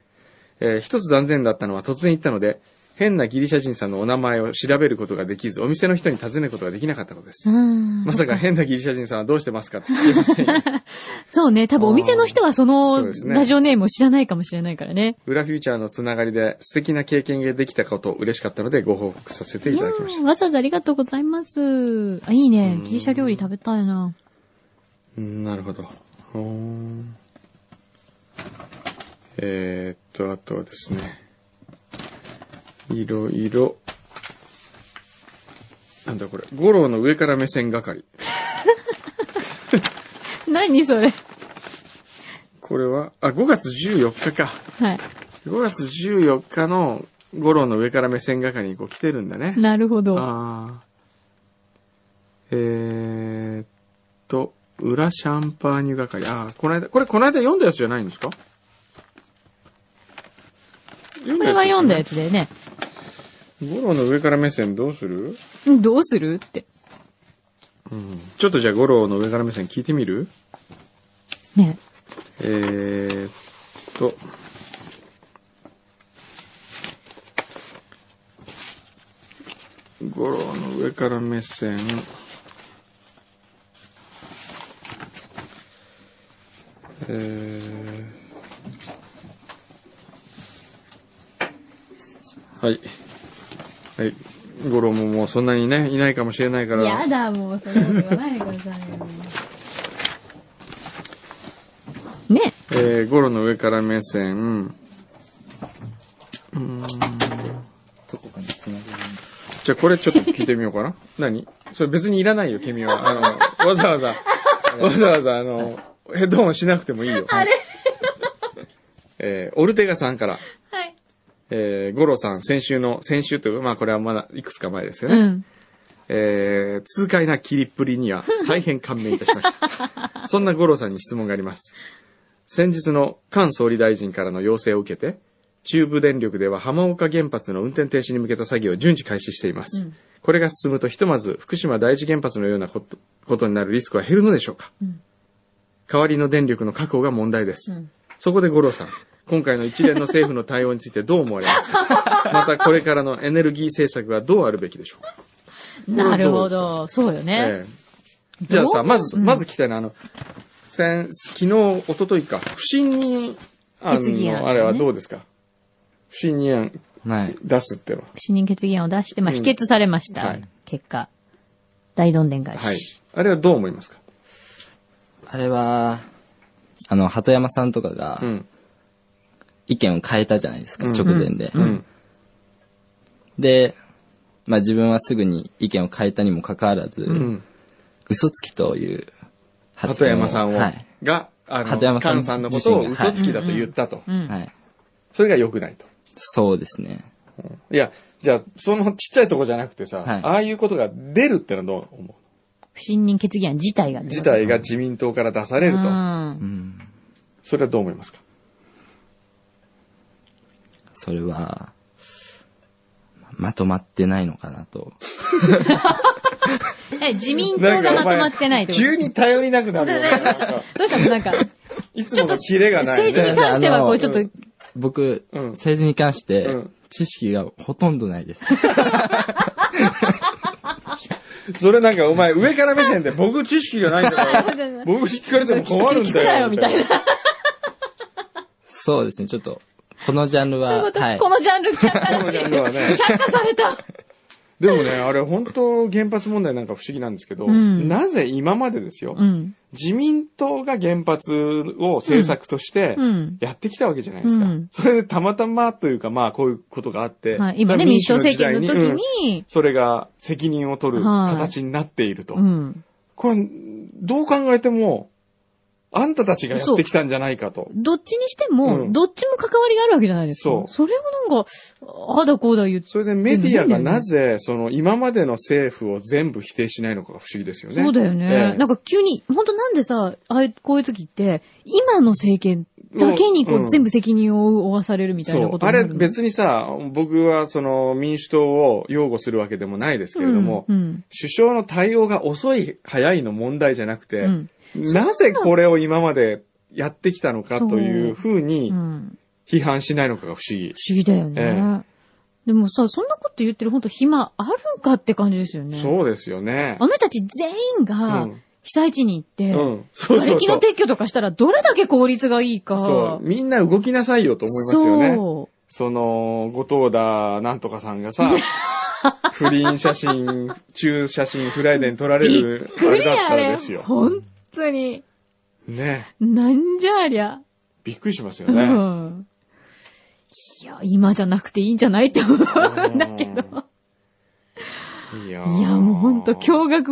[SPEAKER 2] えー一つ残念だったのは突然言ったので、変なギリシャ人さんのお名前を調べることができず、お店の人に尋ねることができなかったことです。
[SPEAKER 3] あー
[SPEAKER 2] まさか変なギリシャ人さんはどうしてますかって聞いてませんよ。
[SPEAKER 3] そうね、多分お店の人はそ
[SPEAKER 2] そう
[SPEAKER 3] の
[SPEAKER 2] ですね
[SPEAKER 3] ラジオネームを知らないかもしれないからね。
[SPEAKER 2] 裏フューチャーのつながりで素敵な経験ができたこと嬉しかったのでご報告させてい
[SPEAKER 3] い
[SPEAKER 2] た
[SPEAKER 3] や
[SPEAKER 2] だきました。
[SPEAKER 3] ーわざわざありがとうございます。あ、いいね。ギリシャ料理食べたいな。
[SPEAKER 2] うんなるほど。うーんえー、っと、あとはですね。いろいろ。なんだこれ。五郎の上から目線係。
[SPEAKER 3] 何それ。
[SPEAKER 2] これは、あ、5月14日か。
[SPEAKER 3] はい。
[SPEAKER 2] 5月14日の五郎の上から目線係にこう来てるんだね。
[SPEAKER 3] なるほど。
[SPEAKER 2] ああ。えー、っと、裏シャンパーニュ係。ああ、この間、これこの間読んだやつじゃないんですか読ん
[SPEAKER 3] これは読んだや
[SPEAKER 2] つ
[SPEAKER 3] つだよね。
[SPEAKER 2] ですよね。ゴロの上から目線どうする
[SPEAKER 3] うんどうするって。
[SPEAKER 2] ちょっとじゃあゴロの上から目線聞いてみる
[SPEAKER 3] ね。
[SPEAKER 2] えー、っと。ゴロの上から目線。えーはい。はい。ゴロももうそんなにね、いないかもしれないから。
[SPEAKER 3] やだ、もう、そんなこと言わないでくださいよ。ね
[SPEAKER 2] えー、ゴロの上から目線。どこかにつなげるじゃあこれちょっと聞いてみようかな。 何それ別にいらないよ、君は。あの、わざわ ざ、わざわざ、あの、ヘッドホンしなくてもいいよ。あれ えー、オルテガさんから、
[SPEAKER 3] はい。
[SPEAKER 2] えー、ゴロさん、先週の、先週というか、まあこれはまだいくつか前ですよ
[SPEAKER 3] う
[SPEAKER 2] ね。
[SPEAKER 3] ん。
[SPEAKER 2] えー、痛快な切りっぷりには大変感銘いたし ました。そんな五郎さんに質問があります。先日の菅総理大臣からの要請を受けて、中部電力では浜岡原発の運転停止に向けた作業を順次開始しています。
[SPEAKER 3] うん
[SPEAKER 2] これが進むとひとまず福島第一原発のようなことことになるリスクは減るのでしょうか、
[SPEAKER 3] うん
[SPEAKER 2] 代わりの電力の確保が問題です。
[SPEAKER 3] うん
[SPEAKER 2] そこで五郎さん、今回の一連の政府の対応についてどう思われま すかまたこれからのエネルギー政策はどうあるべきでしょうか
[SPEAKER 3] なるほど。そうよ
[SPEAKER 2] え
[SPEAKER 3] ね。
[SPEAKER 2] えじゃあさ、
[SPEAKER 3] どう
[SPEAKER 2] まず、
[SPEAKER 3] うん
[SPEAKER 2] まず聞きたいのは、あの、先、昨日、一昨日か、不信任案
[SPEAKER 3] 決議案ね
[SPEAKER 2] の、あれはどうですか不信任案
[SPEAKER 1] はい。
[SPEAKER 2] 出すってのは。
[SPEAKER 3] 不信任決議案を出して、まあ、
[SPEAKER 2] うん
[SPEAKER 3] 否決されまし
[SPEAKER 2] は
[SPEAKER 3] た
[SPEAKER 2] い。
[SPEAKER 3] 結果。大どんでん返
[SPEAKER 2] はい
[SPEAKER 3] し。。
[SPEAKER 2] あれはどう思いますか
[SPEAKER 4] あれは、あの、鳩山さんとかが
[SPEAKER 2] うん。
[SPEAKER 4] 意見を変えたじゃないですか、
[SPEAKER 2] うん
[SPEAKER 4] 直前で、
[SPEAKER 2] うん。
[SPEAKER 4] で、まあ自分はすぐに意見を変えたにもかかわらず、
[SPEAKER 2] うん。
[SPEAKER 4] 嘘つきという発
[SPEAKER 2] 鳩
[SPEAKER 4] 言を
[SPEAKER 2] 山さんを
[SPEAKER 4] はい。、
[SPEAKER 2] が、あ
[SPEAKER 4] 鳩
[SPEAKER 2] の、
[SPEAKER 4] 山さ
[SPEAKER 2] 菅
[SPEAKER 4] ん
[SPEAKER 2] さんのことを
[SPEAKER 4] 自身が
[SPEAKER 2] 嘘
[SPEAKER 4] はい
[SPEAKER 2] つきだと言ったと
[SPEAKER 3] う。ん。
[SPEAKER 4] はい。
[SPEAKER 2] それが良くないと。
[SPEAKER 4] そうですね。
[SPEAKER 2] いや、じゃあ、そのちっちゃいとこじゃなくてさ、
[SPEAKER 4] はい
[SPEAKER 2] ああいうことが出るってのはどう思
[SPEAKER 3] 不信任決議案自体が。
[SPEAKER 2] う事態が自民党から出されると
[SPEAKER 3] う。ん
[SPEAKER 4] うん。
[SPEAKER 2] それはどう思いますか
[SPEAKER 4] それは、まとまってないのかなと。
[SPEAKER 3] え、自民党がまとまってないってこと
[SPEAKER 2] 急に頼りなくなるよね。
[SPEAKER 3] どうしたどうしたのなんか、
[SPEAKER 2] いつ
[SPEAKER 3] ちょ
[SPEAKER 2] も
[SPEAKER 3] っと、
[SPEAKER 2] のキレがない、ね。
[SPEAKER 3] 政治に関しては、こう、ちょっと、
[SPEAKER 4] 僕、
[SPEAKER 2] うん
[SPEAKER 4] 政治に関し
[SPEAKER 2] う
[SPEAKER 4] て
[SPEAKER 2] ん、
[SPEAKER 4] 知識がほとんどないです。
[SPEAKER 2] それなんかお前上から目線で僕知識がないんだから、 僕聞かれても困るん
[SPEAKER 3] 聞くな
[SPEAKER 2] だ
[SPEAKER 3] よ、
[SPEAKER 2] よ。
[SPEAKER 3] みたいな。。
[SPEAKER 4] そうですね、ちょっと、このジャンル
[SPEAKER 3] そういう
[SPEAKER 4] は、
[SPEAKER 3] こと
[SPEAKER 4] はい
[SPEAKER 3] こ。のジャンル却下らしい。
[SPEAKER 2] このジャンルはね
[SPEAKER 3] 却下された。
[SPEAKER 2] でもね、あれ本当原発問題なんか不思議なんですけど、
[SPEAKER 3] ん
[SPEAKER 2] なぜ今までですよ、
[SPEAKER 3] うん。
[SPEAKER 2] 自民党が原発を政策として
[SPEAKER 3] うん
[SPEAKER 2] やってきたわけじゃないですか。
[SPEAKER 3] うん
[SPEAKER 2] それでたまたまというかまあこういうことがあって、
[SPEAKER 3] はい、今ね、民主党政権の時
[SPEAKER 2] うん
[SPEAKER 3] に、
[SPEAKER 2] それが責任を取る
[SPEAKER 3] はい
[SPEAKER 2] 形になっていると。
[SPEAKER 3] うん。
[SPEAKER 2] これ、どう考えても、あんたたちがやってきたんじゃないかと。
[SPEAKER 3] どっちにして
[SPEAKER 2] う
[SPEAKER 3] も、
[SPEAKER 2] ん
[SPEAKER 3] どっちも関わりがあるわけじゃないですか。
[SPEAKER 2] そう
[SPEAKER 3] それをなんか、ああだこうだ言って。
[SPEAKER 2] それでメディアがなぜ、その今までの政府を全部否定しないのかが不思議ですよね。
[SPEAKER 3] そうだよね。
[SPEAKER 2] ええ
[SPEAKER 3] なんか急に、本当なんでさ、ああいう、こういう時って、今の政権だけにこう、
[SPEAKER 2] うん
[SPEAKER 3] 全部責任を負わされるみたいな
[SPEAKER 2] そ
[SPEAKER 3] こ
[SPEAKER 2] う。
[SPEAKER 3] と
[SPEAKER 2] あ
[SPEAKER 3] にな
[SPEAKER 2] れ
[SPEAKER 3] るの
[SPEAKER 2] 別にさ、僕はその民主党を擁護するわけでもないですけれども、
[SPEAKER 3] うんうん
[SPEAKER 2] 首相の対応が遅い、早いの問題じゃなくて、
[SPEAKER 3] うん
[SPEAKER 2] なぜこれを今までやってきたのかというふうに
[SPEAKER 3] うん
[SPEAKER 2] 批判しないのかが不思議。
[SPEAKER 3] 不思議だよね。
[SPEAKER 2] え
[SPEAKER 3] でもさ、そんなこと言ってる本当暇あるんかって感じですよね。
[SPEAKER 2] そうですよね
[SPEAKER 3] あ。の人たち全員が
[SPEAKER 2] うん
[SPEAKER 3] 被災地に行って、
[SPEAKER 2] うん。そう
[SPEAKER 3] 瓦
[SPEAKER 2] そう
[SPEAKER 3] 礫
[SPEAKER 2] そ
[SPEAKER 3] の
[SPEAKER 2] う。
[SPEAKER 3] 撤去とかしたらどれだけ効率がいいか。
[SPEAKER 2] そう。みんな動きなさいよと思いますよね。
[SPEAKER 3] そう
[SPEAKER 2] その、後藤田なんとかさん がさ、不倫写真、中写真フライデーに撮られる、あ
[SPEAKER 3] 無
[SPEAKER 2] れ
[SPEAKER 3] 理
[SPEAKER 2] だっ
[SPEAKER 3] あ
[SPEAKER 2] たん
[SPEAKER 3] れ
[SPEAKER 2] ですよ。
[SPEAKER 3] 本当に。
[SPEAKER 2] ね
[SPEAKER 3] なんじゃありゃ。
[SPEAKER 2] びっくりしますよ
[SPEAKER 3] う
[SPEAKER 2] ね。
[SPEAKER 3] ん。いや、今じゃなくていいんじゃないって思うんだけど。
[SPEAKER 2] いや
[SPEAKER 3] いや、もう本当
[SPEAKER 2] 日、
[SPEAKER 3] 驚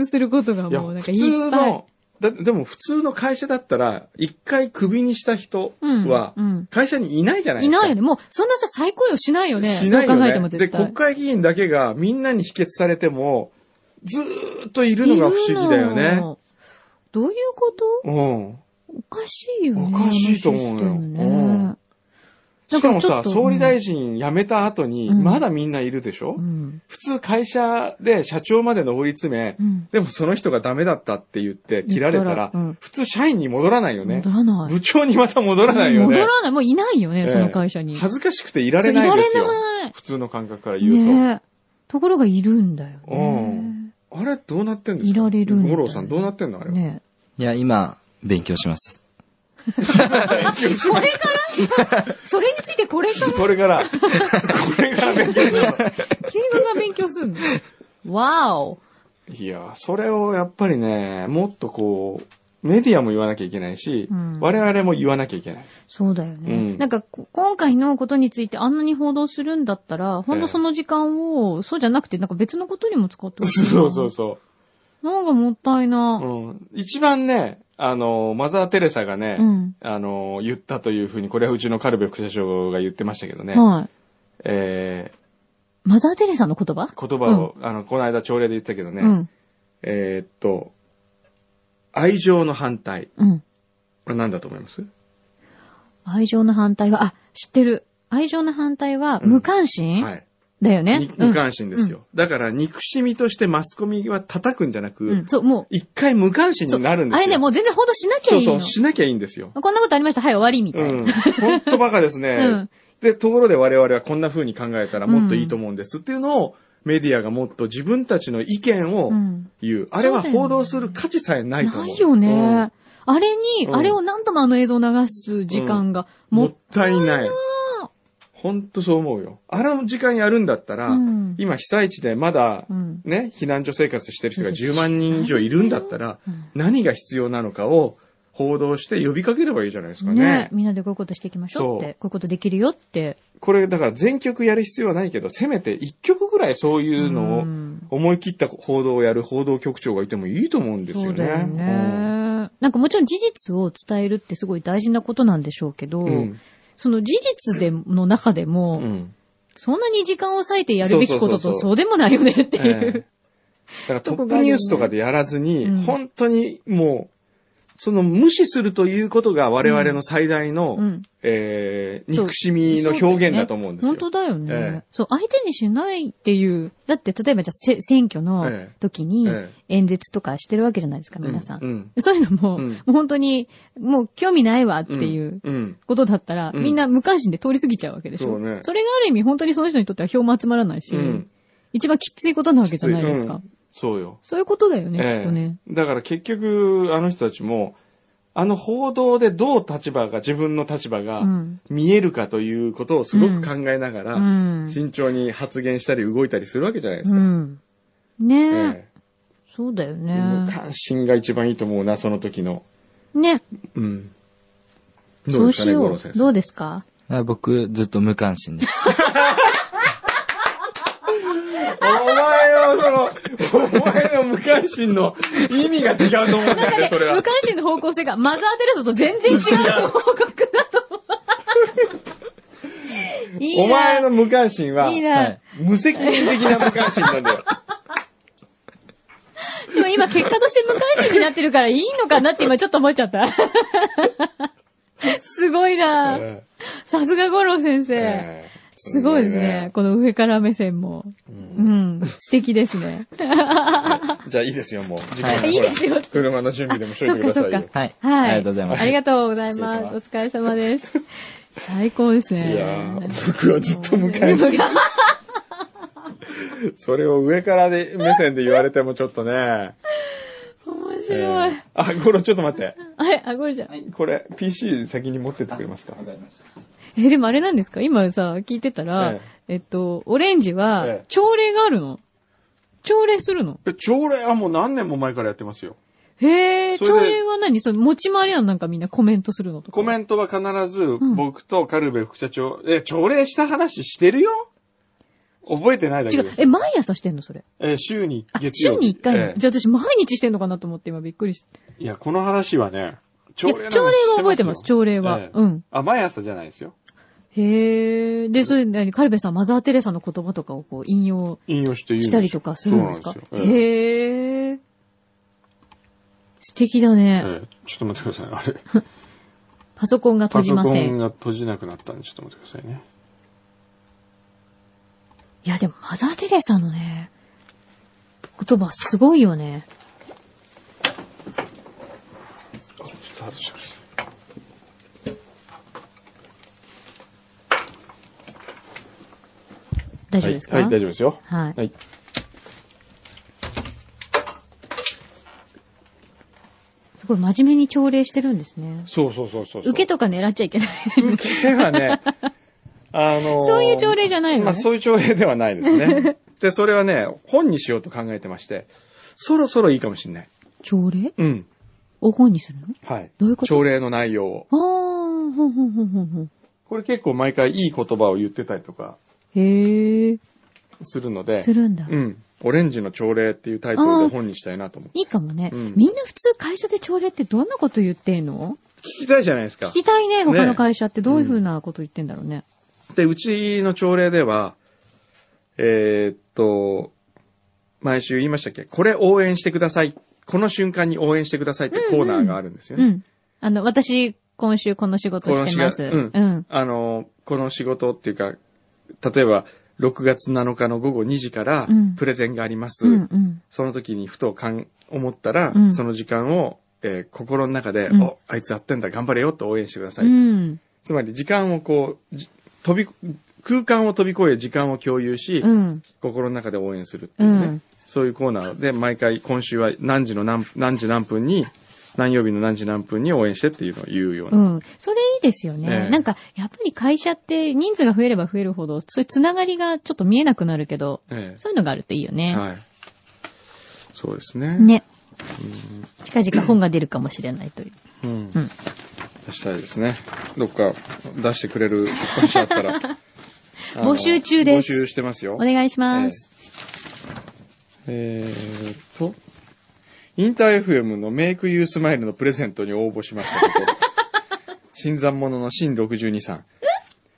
[SPEAKER 3] 愕することが
[SPEAKER 2] いや、
[SPEAKER 3] もうなんか
[SPEAKER 2] 普
[SPEAKER 3] いっ
[SPEAKER 2] 通
[SPEAKER 3] ぱい。
[SPEAKER 2] の、だでも普通の会社だったら、一回クビにした人は
[SPEAKER 3] うんうん、
[SPEAKER 2] 会社にいないじゃない
[SPEAKER 3] い
[SPEAKER 2] です
[SPEAKER 3] な
[SPEAKER 2] か。
[SPEAKER 3] いよね。もう、そんなさ、再雇用しないよね。
[SPEAKER 2] しないよ
[SPEAKER 3] どう考
[SPEAKER 2] ね。
[SPEAKER 3] えても絶
[SPEAKER 2] で、
[SPEAKER 3] 対。
[SPEAKER 2] 国会議員だけがみんなに否決されても、ずーっといるのが不思議だよ
[SPEAKER 3] いる
[SPEAKER 2] ね。
[SPEAKER 3] の。どういうこと
[SPEAKER 2] うん。
[SPEAKER 3] おかしいよね。
[SPEAKER 2] おかしいと思うよ
[SPEAKER 3] あのシステムね
[SPEAKER 2] うんしかも
[SPEAKER 3] ちょ
[SPEAKER 2] さ、
[SPEAKER 3] っと
[SPEAKER 2] 総理大臣辞めた後に、
[SPEAKER 3] うん
[SPEAKER 2] まだみんないるでしょ、
[SPEAKER 3] うん。
[SPEAKER 2] 普通会社で社長まで上り詰め、
[SPEAKER 3] うん
[SPEAKER 2] でもその人がダメだったって言って切られた
[SPEAKER 3] 言っ
[SPEAKER 2] ら、
[SPEAKER 3] たらうん
[SPEAKER 2] 普通社員に戻らないよね
[SPEAKER 3] 戻。らない。
[SPEAKER 2] 部長にまた戻らないよね。
[SPEAKER 3] 戻らない。もういないよね、その会社
[SPEAKER 2] え
[SPEAKER 3] に。
[SPEAKER 2] え恥ずかしくていられないですよ
[SPEAKER 3] い。られない
[SPEAKER 2] 普通の感覚から言うと。
[SPEAKER 3] ねえ。ところがいるんだよ
[SPEAKER 2] うん
[SPEAKER 3] ね。
[SPEAKER 2] あれどうなってんですか
[SPEAKER 3] いられるんだ
[SPEAKER 2] 五郎さんどうなってんのあれ。
[SPEAKER 3] ね
[SPEAKER 4] いや、今、勉強します。
[SPEAKER 3] えこれからそれについてこれ から
[SPEAKER 2] これから、これから勉強する
[SPEAKER 3] 敬語が勉強するの。わお。
[SPEAKER 2] いや、それをやっぱりね、もっとこう、メディアも言わなきゃいけないし、
[SPEAKER 3] うん
[SPEAKER 2] 我々も言わなきゃいけない。
[SPEAKER 3] そうだよね。
[SPEAKER 2] うん
[SPEAKER 3] なんかこ、今回のことについてあんなに報道するんだったら、ほんとその時間を、そうじゃなくて、なんか別のことにも使ってほしいな。
[SPEAKER 2] そうそうそ。
[SPEAKER 3] なんかもったいうな。
[SPEAKER 2] うん。一番ね、あの、マザー・テレサがね、
[SPEAKER 3] うん
[SPEAKER 2] あの、言ったというふうに、これはうちのカルベ副社長が言ってましたけどね、
[SPEAKER 3] はい。
[SPEAKER 2] え
[SPEAKER 3] マザー・テレサの言葉
[SPEAKER 2] ー言葉を、あの、この間朝礼で言ったけどね、
[SPEAKER 3] うん。
[SPEAKER 2] えーっと、愛情の反対。
[SPEAKER 3] うん。
[SPEAKER 2] これ何だと思います
[SPEAKER 3] 愛情の反対は、あ、知ってる。愛情の反対は、
[SPEAKER 2] ん
[SPEAKER 3] 無関心、
[SPEAKER 2] はい。
[SPEAKER 3] だよね
[SPEAKER 2] に。無関心ですよ。だから、憎しみとしてマスコミは叩くんじゃなく、
[SPEAKER 3] うん。うん。そう、も
[SPEAKER 2] 一回無関心
[SPEAKER 3] う。そう
[SPEAKER 2] になるんです
[SPEAKER 3] あ
[SPEAKER 2] よ。
[SPEAKER 3] れね、もう全然報道しなきゃ
[SPEAKER 2] そ
[SPEAKER 3] いうい
[SPEAKER 2] そ
[SPEAKER 3] の。
[SPEAKER 2] う、しなきゃいいんですよ。
[SPEAKER 3] こんなことありました。はい、終わり、みた
[SPEAKER 2] う
[SPEAKER 3] いな。
[SPEAKER 2] ん。 ほんとバカですね。
[SPEAKER 3] うん
[SPEAKER 2] で、ところで我々はこんな風に考えたらもっといいと思うんです、っていうのを、メディアがもっと自分たちの意見を
[SPEAKER 3] うん
[SPEAKER 2] 言う。あれは
[SPEAKER 3] そうだよね
[SPEAKER 2] 報道する価値さえないと思う。
[SPEAKER 3] ないよね。
[SPEAKER 2] うん
[SPEAKER 3] あれに、
[SPEAKER 2] うん
[SPEAKER 3] あれを何度もあの映像を流す時間が、も
[SPEAKER 2] も
[SPEAKER 3] っ
[SPEAKER 2] ったいない。ほんとそう思うよ。あの時間やるんだったら、
[SPEAKER 3] うん
[SPEAKER 2] 今被災地でまだ
[SPEAKER 3] うん、
[SPEAKER 2] ね、避難所生活してる人が10万人以上いるんだったら、何が必要なのかを報道して呼びかければいいじゃないですか
[SPEAKER 3] ね
[SPEAKER 2] ね。
[SPEAKER 3] みんなでこういうことしていきましょうって、
[SPEAKER 2] そう
[SPEAKER 3] こういうことできるよって。
[SPEAKER 2] これだから全曲やる必要はないけど、せめて1曲ぐらいそういうのを
[SPEAKER 3] うん
[SPEAKER 2] 思い切った報道をやる報道局長がいてもいいと思うんです
[SPEAKER 3] そ
[SPEAKER 2] よ
[SPEAKER 3] う
[SPEAKER 2] ね。
[SPEAKER 3] だよね。なんかもちろん事実を伝えるってすごい大事なことなんでしょうけど、
[SPEAKER 2] うん
[SPEAKER 3] その事実での中でも、
[SPEAKER 2] うんうん
[SPEAKER 3] そんなに時間を割いてやるべきこと
[SPEAKER 2] そうそうそ
[SPEAKER 3] と
[SPEAKER 2] うそう
[SPEAKER 3] そうでもないよねってい
[SPEAKER 2] ええ
[SPEAKER 3] う。
[SPEAKER 2] だからトップニュースとかでやらずに、
[SPEAKER 3] うん
[SPEAKER 2] 本当にもその無視するということが我々の最大の、
[SPEAKER 3] うんうん
[SPEAKER 2] えー、
[SPEAKER 3] そう
[SPEAKER 2] 憎しみの表現だと思うんです
[SPEAKER 3] そ
[SPEAKER 2] よ。
[SPEAKER 3] うね本当だよね、
[SPEAKER 2] ええ
[SPEAKER 3] そう、相手にしないっていう。だって、例えばじゃあせ選挙の
[SPEAKER 2] ええ
[SPEAKER 3] 時に
[SPEAKER 2] え
[SPEAKER 3] 演説とかしてるわけじゃないですか、皆さん。
[SPEAKER 2] うん。
[SPEAKER 3] そういうのも、
[SPEAKER 2] うん
[SPEAKER 3] もう本当に、もう興味ないわっていう
[SPEAKER 2] うん。うん
[SPEAKER 3] ことだったら、
[SPEAKER 2] うん
[SPEAKER 3] みんな無関心で通り過ぎちゃうわけでしょ。
[SPEAKER 2] そうね
[SPEAKER 3] れがある意味、本当にその人にとっては票も集まらないし、
[SPEAKER 2] うん
[SPEAKER 3] 一番きついことなわけじゃないですか。
[SPEAKER 2] きついうんそうよ。
[SPEAKER 3] そういうことだよね、
[SPEAKER 2] ええ
[SPEAKER 3] きっとね。
[SPEAKER 2] だから結局、あの人たちも、あの報道でどう立場が、自分の立場
[SPEAKER 3] う
[SPEAKER 2] が
[SPEAKER 3] ん。
[SPEAKER 2] 見えるかということをすごく考えなが
[SPEAKER 3] う
[SPEAKER 2] ら、
[SPEAKER 3] ん。
[SPEAKER 2] 慎重に発言したり動いたりするわけじゃないです
[SPEAKER 3] う
[SPEAKER 2] か。
[SPEAKER 3] ん。ねえ、
[SPEAKER 2] え
[SPEAKER 3] そうだよ
[SPEAKER 2] え無
[SPEAKER 3] ね。
[SPEAKER 2] 関心が一番いいと思うな、その時の。
[SPEAKER 3] ね、
[SPEAKER 2] うん。ど
[SPEAKER 3] そうう
[SPEAKER 2] ですか
[SPEAKER 3] し
[SPEAKER 2] ね、五
[SPEAKER 3] よ
[SPEAKER 2] 郎
[SPEAKER 3] う
[SPEAKER 2] 先。生。
[SPEAKER 3] どうですか
[SPEAKER 4] あ僕、ずっと無関心でした。
[SPEAKER 2] お前のその、お前の無関心の意味が違うと思 うんだよね、それは
[SPEAKER 3] 無。関心の方向性がマザー・テレサと全然違う報告だと思 う。い、
[SPEAKER 2] お前の無関心はい
[SPEAKER 3] い
[SPEAKER 4] は
[SPEAKER 3] な。
[SPEAKER 4] い。
[SPEAKER 2] 無責任的な無関心なんだ よ。
[SPEAKER 3] でも今結果として無関心になってるからいいのかなって今ちょっと思っちゃった。すごいな
[SPEAKER 2] え
[SPEAKER 3] さすが五郎先
[SPEAKER 2] え
[SPEAKER 3] 生。
[SPEAKER 2] ええ
[SPEAKER 3] すごいですね。。この上から目線も。うん。素敵ですね。
[SPEAKER 2] じゃあいいですよ、もう。時
[SPEAKER 4] はい
[SPEAKER 2] 間が
[SPEAKER 3] いいですよ。
[SPEAKER 2] 車の準備でもしといてくださいよ。
[SPEAKER 3] あそっかそっ
[SPEAKER 4] はい。
[SPEAKER 3] はい。
[SPEAKER 4] ありがとうございます。
[SPEAKER 3] ありがとうござい
[SPEAKER 4] 失礼しま
[SPEAKER 3] ます。お疲れ様です。最高ですね。
[SPEAKER 2] いやー僕はずっと無関心。 それを上からで目線で言われてもちょっとね。
[SPEAKER 3] 面
[SPEAKER 2] ええ
[SPEAKER 3] 白い。
[SPEAKER 2] あ、ゴロ、ちょっと待って。
[SPEAKER 3] あれ、あ、これじゃん。
[SPEAKER 2] これ、PC 先に持ってってくれますか
[SPEAKER 3] え、でもあれなんですか今さ、聞いてたら
[SPEAKER 2] え、
[SPEAKER 3] えっと、オレンジは
[SPEAKER 2] ええ、
[SPEAKER 3] 朝礼があるの朝礼するの
[SPEAKER 2] え朝礼はもう何年も前からやってますよ。
[SPEAKER 3] へえ、
[SPEAKER 2] それで
[SPEAKER 3] 朝礼は何それ持ち回りなのなんかみんなコメントするのとか。
[SPEAKER 2] コメ
[SPEAKER 3] ン
[SPEAKER 2] ントは必ず
[SPEAKER 3] ん
[SPEAKER 2] 僕とカルベ副社長、え、朝礼した話してるよ覚えてないだけ
[SPEAKER 3] 違
[SPEAKER 2] で
[SPEAKER 3] う。
[SPEAKER 2] す。
[SPEAKER 3] え、毎朝してんのそれ。
[SPEAKER 2] え、週に
[SPEAKER 3] あ、
[SPEAKER 2] 月曜
[SPEAKER 3] 週
[SPEAKER 2] 日。
[SPEAKER 3] に一回なの
[SPEAKER 2] ええ
[SPEAKER 3] じゃあ私毎日してんのかなと思って今びっくりした。
[SPEAKER 2] いや、この話はね、朝
[SPEAKER 3] い
[SPEAKER 2] 礼の話
[SPEAKER 3] や、朝礼は覚えてます、
[SPEAKER 2] してよ
[SPEAKER 3] 朝礼は
[SPEAKER 2] え。え
[SPEAKER 3] うん。
[SPEAKER 2] あ、毎朝じゃないですよ。
[SPEAKER 3] へえ。で、それ何カルベさん、マザー・テレサの言葉とかをこう引用
[SPEAKER 2] 引用して言うんです
[SPEAKER 3] し
[SPEAKER 2] よ
[SPEAKER 3] たりとかするんですか
[SPEAKER 2] そうなんですよええ
[SPEAKER 3] へえ。素敵だね。
[SPEAKER 2] ええちょっと待ってください。あれ。
[SPEAKER 3] パソコンが閉
[SPEAKER 2] パ
[SPEAKER 3] じ
[SPEAKER 2] ソ
[SPEAKER 3] ま
[SPEAKER 2] コ
[SPEAKER 3] せ
[SPEAKER 2] ン
[SPEAKER 3] ん。
[SPEAKER 2] が閉じなくなったんで、ちょっと待ってくださいね。
[SPEAKER 3] いや、でもマザー・テレサのね、言葉すごいよね。
[SPEAKER 2] ちょっと外してください。
[SPEAKER 3] 大丈夫ですか
[SPEAKER 2] はい、はい大丈夫ですよ。
[SPEAKER 3] はい
[SPEAKER 2] はい。
[SPEAKER 3] すごい真面目に朝礼してるんですね。
[SPEAKER 2] そうそうそうそうそう。
[SPEAKER 3] 受けとか狙っちゃいけない。
[SPEAKER 2] 受けはね、あの ー
[SPEAKER 3] そういう朝礼じゃないの
[SPEAKER 2] まあ
[SPEAKER 3] ね。
[SPEAKER 2] そういう朝礼ではないです ね。で、それはね、本にしようと考えてまして、そろそろいいかもしれない。
[SPEAKER 3] 朝礼
[SPEAKER 2] うん。
[SPEAKER 3] を本にするの
[SPEAKER 2] はい。
[SPEAKER 3] どういうこと
[SPEAKER 2] 朝礼の内容を。
[SPEAKER 3] ああ、ほんほんほんほんほん。
[SPEAKER 2] これ結構毎回いい言葉を言ってたりとか
[SPEAKER 3] へえ、
[SPEAKER 2] するので、
[SPEAKER 3] するんだ。
[SPEAKER 2] うん。オレンジの朝礼っていうタイトルで本にしたいなと思って。
[SPEAKER 3] いいかもね、
[SPEAKER 2] うん
[SPEAKER 3] みんな普通会社で朝礼ってどんなこと言ってんの
[SPEAKER 2] 聞きたいじゃないですか
[SPEAKER 3] 聞。きたいね、
[SPEAKER 2] ね
[SPEAKER 3] 他の会社ってどういうふうなこと言ってんだろうね。
[SPEAKER 2] で、うちの朝礼では、えーっと、毎週言いましたっけこれ応援してください。この瞬間に応援してくださいっていうコーナーがあるんですよ
[SPEAKER 3] うん。
[SPEAKER 2] ね。
[SPEAKER 3] あの、私、今週この仕事してます。
[SPEAKER 2] この仕事うん
[SPEAKER 3] うん。
[SPEAKER 2] あの、この仕事っていうか、例えば、6月7日の午後2時から
[SPEAKER 3] うん
[SPEAKER 2] プレゼンがあります。
[SPEAKER 3] うん、うん。
[SPEAKER 2] その時にふとかん思ったら、
[SPEAKER 3] うん
[SPEAKER 2] その時間を、えー心の中で、
[SPEAKER 3] うん
[SPEAKER 2] お、あいつやってんだ、頑張れよと応援してくださ
[SPEAKER 3] う
[SPEAKER 2] い。
[SPEAKER 3] ん。
[SPEAKER 2] つまり時間をこう、じ飛び、空間を飛び越え時間を共有し、
[SPEAKER 3] うん。
[SPEAKER 2] 心の中で応援するっていうね、
[SPEAKER 3] うん
[SPEAKER 2] そういうコーナーで毎回今週は何時の何何時何分に何曜日の何時何分に応援してっていうのを言うよう
[SPEAKER 3] う
[SPEAKER 2] な、
[SPEAKER 3] ん。それいいですよね。
[SPEAKER 2] ええ
[SPEAKER 3] なんか、やっぱり会社って人数が増えれば増えるほど、そういうつながりがちょっと見えなくなるけど、
[SPEAKER 2] え
[SPEAKER 3] そういうのがあるといいよ
[SPEAKER 2] え
[SPEAKER 3] ね。
[SPEAKER 2] はいそうですね
[SPEAKER 3] ね。近々本が出るかもしれないという。
[SPEAKER 2] うん、
[SPEAKER 3] ん
[SPEAKER 2] 出したいですねどっか出してくれる場所あった らあの
[SPEAKER 3] 募集中です
[SPEAKER 2] 募集してますよ
[SPEAKER 3] お願いします。
[SPEAKER 2] えええーっとインター FM のメイクユースマイルのプレゼントに応募しましたと ころ新参者の新62さん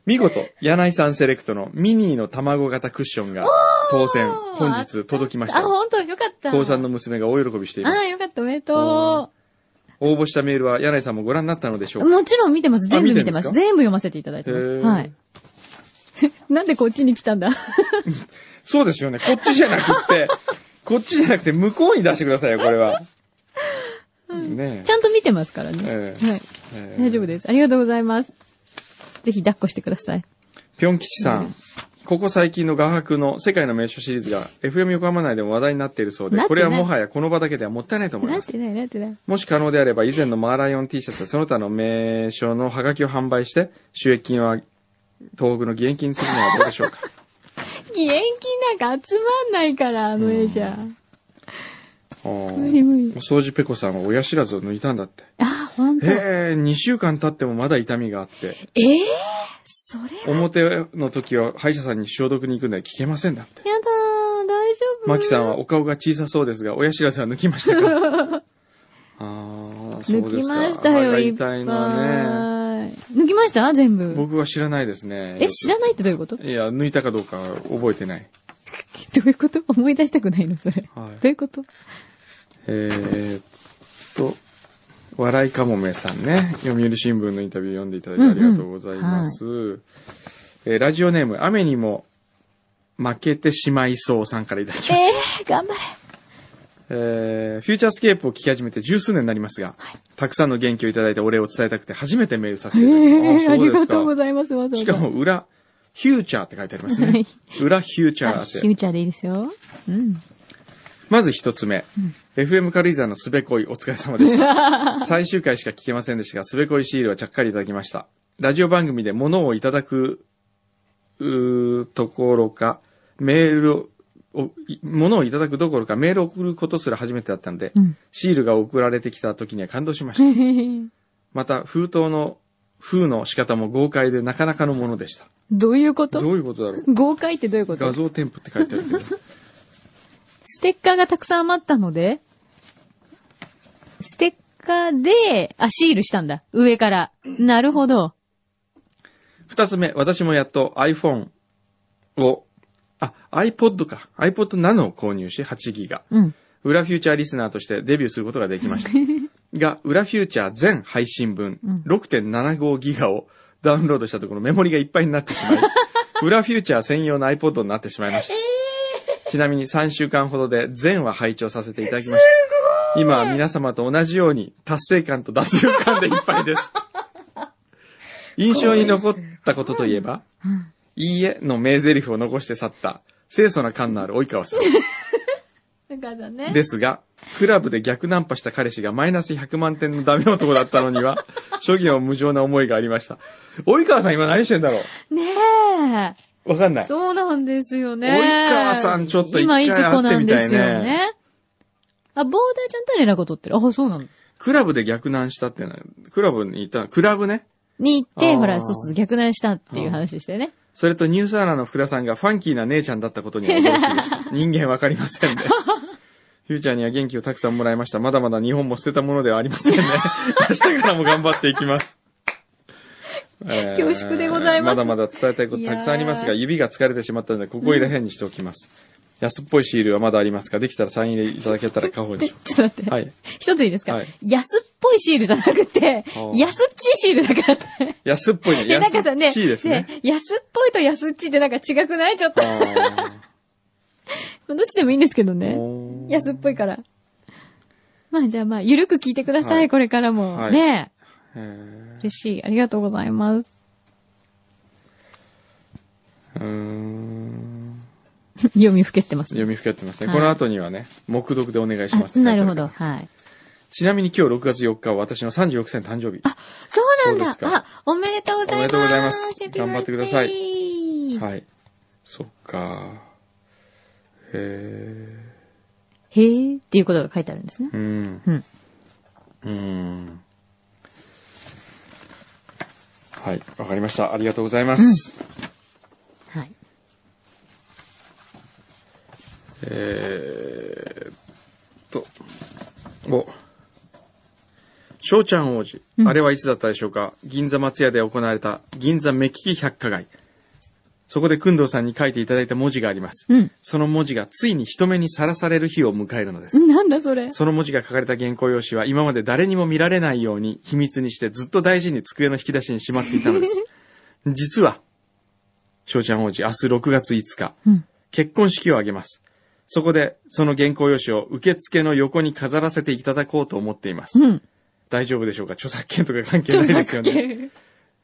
[SPEAKER 2] 見事、柳井さんセレクトのミニーの卵型クッションが当選、本日届きました
[SPEAKER 3] あ、。本当よかった。
[SPEAKER 2] 高3の娘が大喜びしてい
[SPEAKER 3] あ
[SPEAKER 2] ます。
[SPEAKER 3] あ、よかった、おめでと
[SPEAKER 2] 応募したメールは柳井さんもご覧になったのでしょうか
[SPEAKER 3] もちろん見てます。全部見てます。
[SPEAKER 2] 見てるんで
[SPEAKER 3] 全
[SPEAKER 2] す
[SPEAKER 3] 部読ませていただいてます。
[SPEAKER 2] へー
[SPEAKER 3] はい。 なんでこっちに来たんだ
[SPEAKER 2] そうですよね。こっちじゃなくって、こっちじゃなくて向こうに出してくださいよ、これは。ねえ
[SPEAKER 3] ちゃんと見てますからね。
[SPEAKER 2] ええ
[SPEAKER 3] はい。
[SPEAKER 2] えー
[SPEAKER 3] 大丈夫です。ありがとうございます。ぜひ抱っこしてください。
[SPEAKER 2] ぴょん吉さん。ここ最近の画伯の世界の名所シリーズが FM 横浜内でも話題になっているそうで
[SPEAKER 3] なっ、てない
[SPEAKER 2] これはもはやこの場だけではもったいないと思い
[SPEAKER 3] な
[SPEAKER 2] ま
[SPEAKER 3] っ
[SPEAKER 2] す。
[SPEAKER 3] てない、なってない。
[SPEAKER 2] もし可能であれば以前のマーライオン T シャツやその他の名所のハガキを販売して、収益金は東北の義援金にするのはどうでしょうか。
[SPEAKER 3] 義援金なんか集まんないから、あの絵じゃ。
[SPEAKER 2] お
[SPEAKER 3] 無理無理
[SPEAKER 2] 掃除ペコさんは親知らずを抜いたんだって。
[SPEAKER 3] あ、ほんと。え
[SPEAKER 2] へえ、2週間経ってもまだ痛みがあって。
[SPEAKER 3] えそれ
[SPEAKER 2] 表の時は歯医者さんに消毒に行くので聞けませんだって。
[SPEAKER 3] やだー、大丈夫。
[SPEAKER 2] マキさんはお顔が小さそうですが、親知らずは抜きましたか あーそう
[SPEAKER 3] 抜
[SPEAKER 2] で
[SPEAKER 3] き
[SPEAKER 2] すか。
[SPEAKER 3] ましたよ、
[SPEAKER 2] 歯が
[SPEAKER 3] いっぱ
[SPEAKER 2] 痛
[SPEAKER 3] い。
[SPEAKER 2] いのはね。
[SPEAKER 3] 抜きました全部。
[SPEAKER 2] 僕は知らないですね。
[SPEAKER 3] え、知らないってどういうことど
[SPEAKER 2] いや、抜いたかどうか覚えてない。
[SPEAKER 3] ういうこと思い出したくないのそれ。
[SPEAKER 2] はい
[SPEAKER 3] どういうこと
[SPEAKER 2] えーっと、笑いかもめさんね。読売新聞のインタビュー読んでいただいてありがとうございます。えーラジオネーム、雨にも負けてしまいそうさんからいただきました。
[SPEAKER 5] えー、頑張れ。
[SPEAKER 2] えーフューチャースケープを聞き始めて十数年になりますが、たくさんの元気をいただいてお礼を伝えたくて初めてメールさせていただきま
[SPEAKER 3] え
[SPEAKER 2] す
[SPEAKER 3] ー、あり
[SPEAKER 2] そうです
[SPEAKER 3] が
[SPEAKER 2] か
[SPEAKER 3] とうございます、わざわざ。
[SPEAKER 2] しかも、裏、フューチャーって書いてあります
[SPEAKER 3] は
[SPEAKER 2] ね
[SPEAKER 3] い。
[SPEAKER 2] 裏フューチャ
[SPEAKER 3] あ、フ
[SPEAKER 2] ーっ
[SPEAKER 3] ュ
[SPEAKER 2] て。
[SPEAKER 3] ーチャーでいいですよ。うん。
[SPEAKER 2] まず一つ目、FM 軽井沢のすべこいお疲れ様でした。 最終回しか聞けませんでしたが、すべこいシールはちゃっかりいただきました。ラジオ番組で物をいただく、うーところか、メールを、い物をいただくどころかメールを送ることすら初めてだったので、
[SPEAKER 3] うん。
[SPEAKER 2] シールが送られてきた時には感動しました。また、封筒の封の仕方も豪快でなかなかのものでした。
[SPEAKER 3] どういうこと
[SPEAKER 2] どういうことだろう
[SPEAKER 3] 豪快ってどういうこ
[SPEAKER 2] 画
[SPEAKER 3] と
[SPEAKER 2] 像添付って書いてあるけど。
[SPEAKER 3] ステッカーがたくさん余ったので、ステッカーで、あ、シールしたんだ。上から。なるほど。
[SPEAKER 2] 二つ目、私もやっと iPhone を、あ、iPod か。iPod Nano を購入し、8ギガ。
[SPEAKER 3] うん。
[SPEAKER 2] 裏フューチャーリスナーとしてデビューすることができました。 が、裏フューチャー全配信分6.75ギガをダウンロードしたところメモリがいっぱいになってしま い、裏フューチャー専用の iPod になってしまいました。ちなみに3週間ほどで全話拝聴させていただきました。今は皆様と同じように達成感と脱力感でいっぱいです。印象に残ったことといえば、いいえの名台詞を残して去った清楚な感のある及川さん。
[SPEAKER 3] だからね。
[SPEAKER 2] ですが、クラブで逆ナンパした彼氏がマイナス100万点のダメ男だったの には、諸行無常な思いがありました。及川さん今何してんだろ
[SPEAKER 3] ねえ。
[SPEAKER 2] うわかんない。
[SPEAKER 3] そうなんですよね。
[SPEAKER 2] 及川さんちょっと一
[SPEAKER 3] 今
[SPEAKER 2] 回
[SPEAKER 3] いつ子なんですよ
[SPEAKER 2] 会ってみたい
[SPEAKER 3] ね。あ、ボーダーちゃんとは連絡を取ってる。あ、そうなの。
[SPEAKER 2] クラブで逆ナンしたっていうのは、クラブにいた、クラブね。
[SPEAKER 3] に行っ
[SPEAKER 2] あ
[SPEAKER 3] て、
[SPEAKER 2] ー
[SPEAKER 3] ほら、そうそう、逆難したっていう話してね。
[SPEAKER 2] それとニューサーラーの福田さんがファンキーな姉ちゃんだったことには驚きで した。人間わかりませんね。フューチャーには元気をたくさんもらいました。まだまだ日本も捨てたものではありませ んね。明日からも頑張っていきます。えー
[SPEAKER 3] 恐縮でございます
[SPEAKER 2] まだまだ伝えたいことたくさんありますが、
[SPEAKER 3] い
[SPEAKER 2] 指が疲れてしまったので、ここいら辺にしておきます。安っぽいシールはまだありますが、できたらサイン入れいただけたら買おう
[SPEAKER 3] で
[SPEAKER 2] に
[SPEAKER 3] ち。ょっ と待って。
[SPEAKER 2] はい。
[SPEAKER 3] 一ついいですか、
[SPEAKER 2] はい
[SPEAKER 3] 安っぽいシールじゃなくて
[SPEAKER 2] あ、ー
[SPEAKER 3] 安っちいシールだからね。
[SPEAKER 2] 安っぽいね。
[SPEAKER 3] で、なん
[SPEAKER 2] 安
[SPEAKER 3] かさね
[SPEAKER 2] っちいですね。
[SPEAKER 3] 安っぽいと安っちいってなんか違くないちょっと。どっちでもいいんですけど
[SPEAKER 2] あー
[SPEAKER 3] ね。
[SPEAKER 2] おー
[SPEAKER 3] 安っぽいから。まあじゃあまあ、ゆるく聞いてください、
[SPEAKER 2] はい
[SPEAKER 3] これからも。
[SPEAKER 2] はい
[SPEAKER 3] ね
[SPEAKER 2] えー
[SPEAKER 3] 嬉しい。ありがとうございます。
[SPEAKER 2] うーん。
[SPEAKER 3] 読 みふけってますね。
[SPEAKER 2] 読みふけってますね。
[SPEAKER 3] はい
[SPEAKER 2] この後にはね、目読でお願いしますっ
[SPEAKER 3] あ
[SPEAKER 2] て書いてあ
[SPEAKER 3] なる
[SPEAKER 2] か
[SPEAKER 3] ほ
[SPEAKER 2] ら
[SPEAKER 3] ど。はい。
[SPEAKER 2] ちなみに今日6月4日は私の36歳の誕生日。
[SPEAKER 3] そうなん
[SPEAKER 2] そうです
[SPEAKER 3] だ
[SPEAKER 2] か
[SPEAKER 3] あ、おめでとうございます
[SPEAKER 2] おめでとうございます頑張ってください
[SPEAKER 3] Happy birthday
[SPEAKER 2] はい。そっか。へ
[SPEAKER 3] へーっていうことが書いてあるんですね
[SPEAKER 2] え。。うん。
[SPEAKER 3] うん。
[SPEAKER 2] うん。はい。わかりました。ありがとうございます。
[SPEAKER 3] はい。
[SPEAKER 2] えーっと、お、翔ちゃん王子、あれはいつだったでしょうか銀座松屋で行われた銀座目利き百貨街。そこで、くんどうさんに書いていただいた文字があります。
[SPEAKER 3] うん
[SPEAKER 2] その文字がついに人目にさらされる日を迎えるのです。
[SPEAKER 3] なんだそれ。
[SPEAKER 2] その文字が書かれた原稿用紙は今まで誰にも見られないように秘密にしてずっと大事に机の引き出しにしまっていたのです。実は、翔ちゃん王子、明日6月5日、
[SPEAKER 3] うん
[SPEAKER 2] 結婚式を挙げます。そこで、その原稿用紙を受付の横に飾らせていただこうと思っています。
[SPEAKER 3] うん。
[SPEAKER 2] 大丈夫でしょうか著作権とか関係
[SPEAKER 3] ちょっ
[SPEAKER 2] ない
[SPEAKER 3] と
[SPEAKER 2] で
[SPEAKER 3] です
[SPEAKER 2] よね。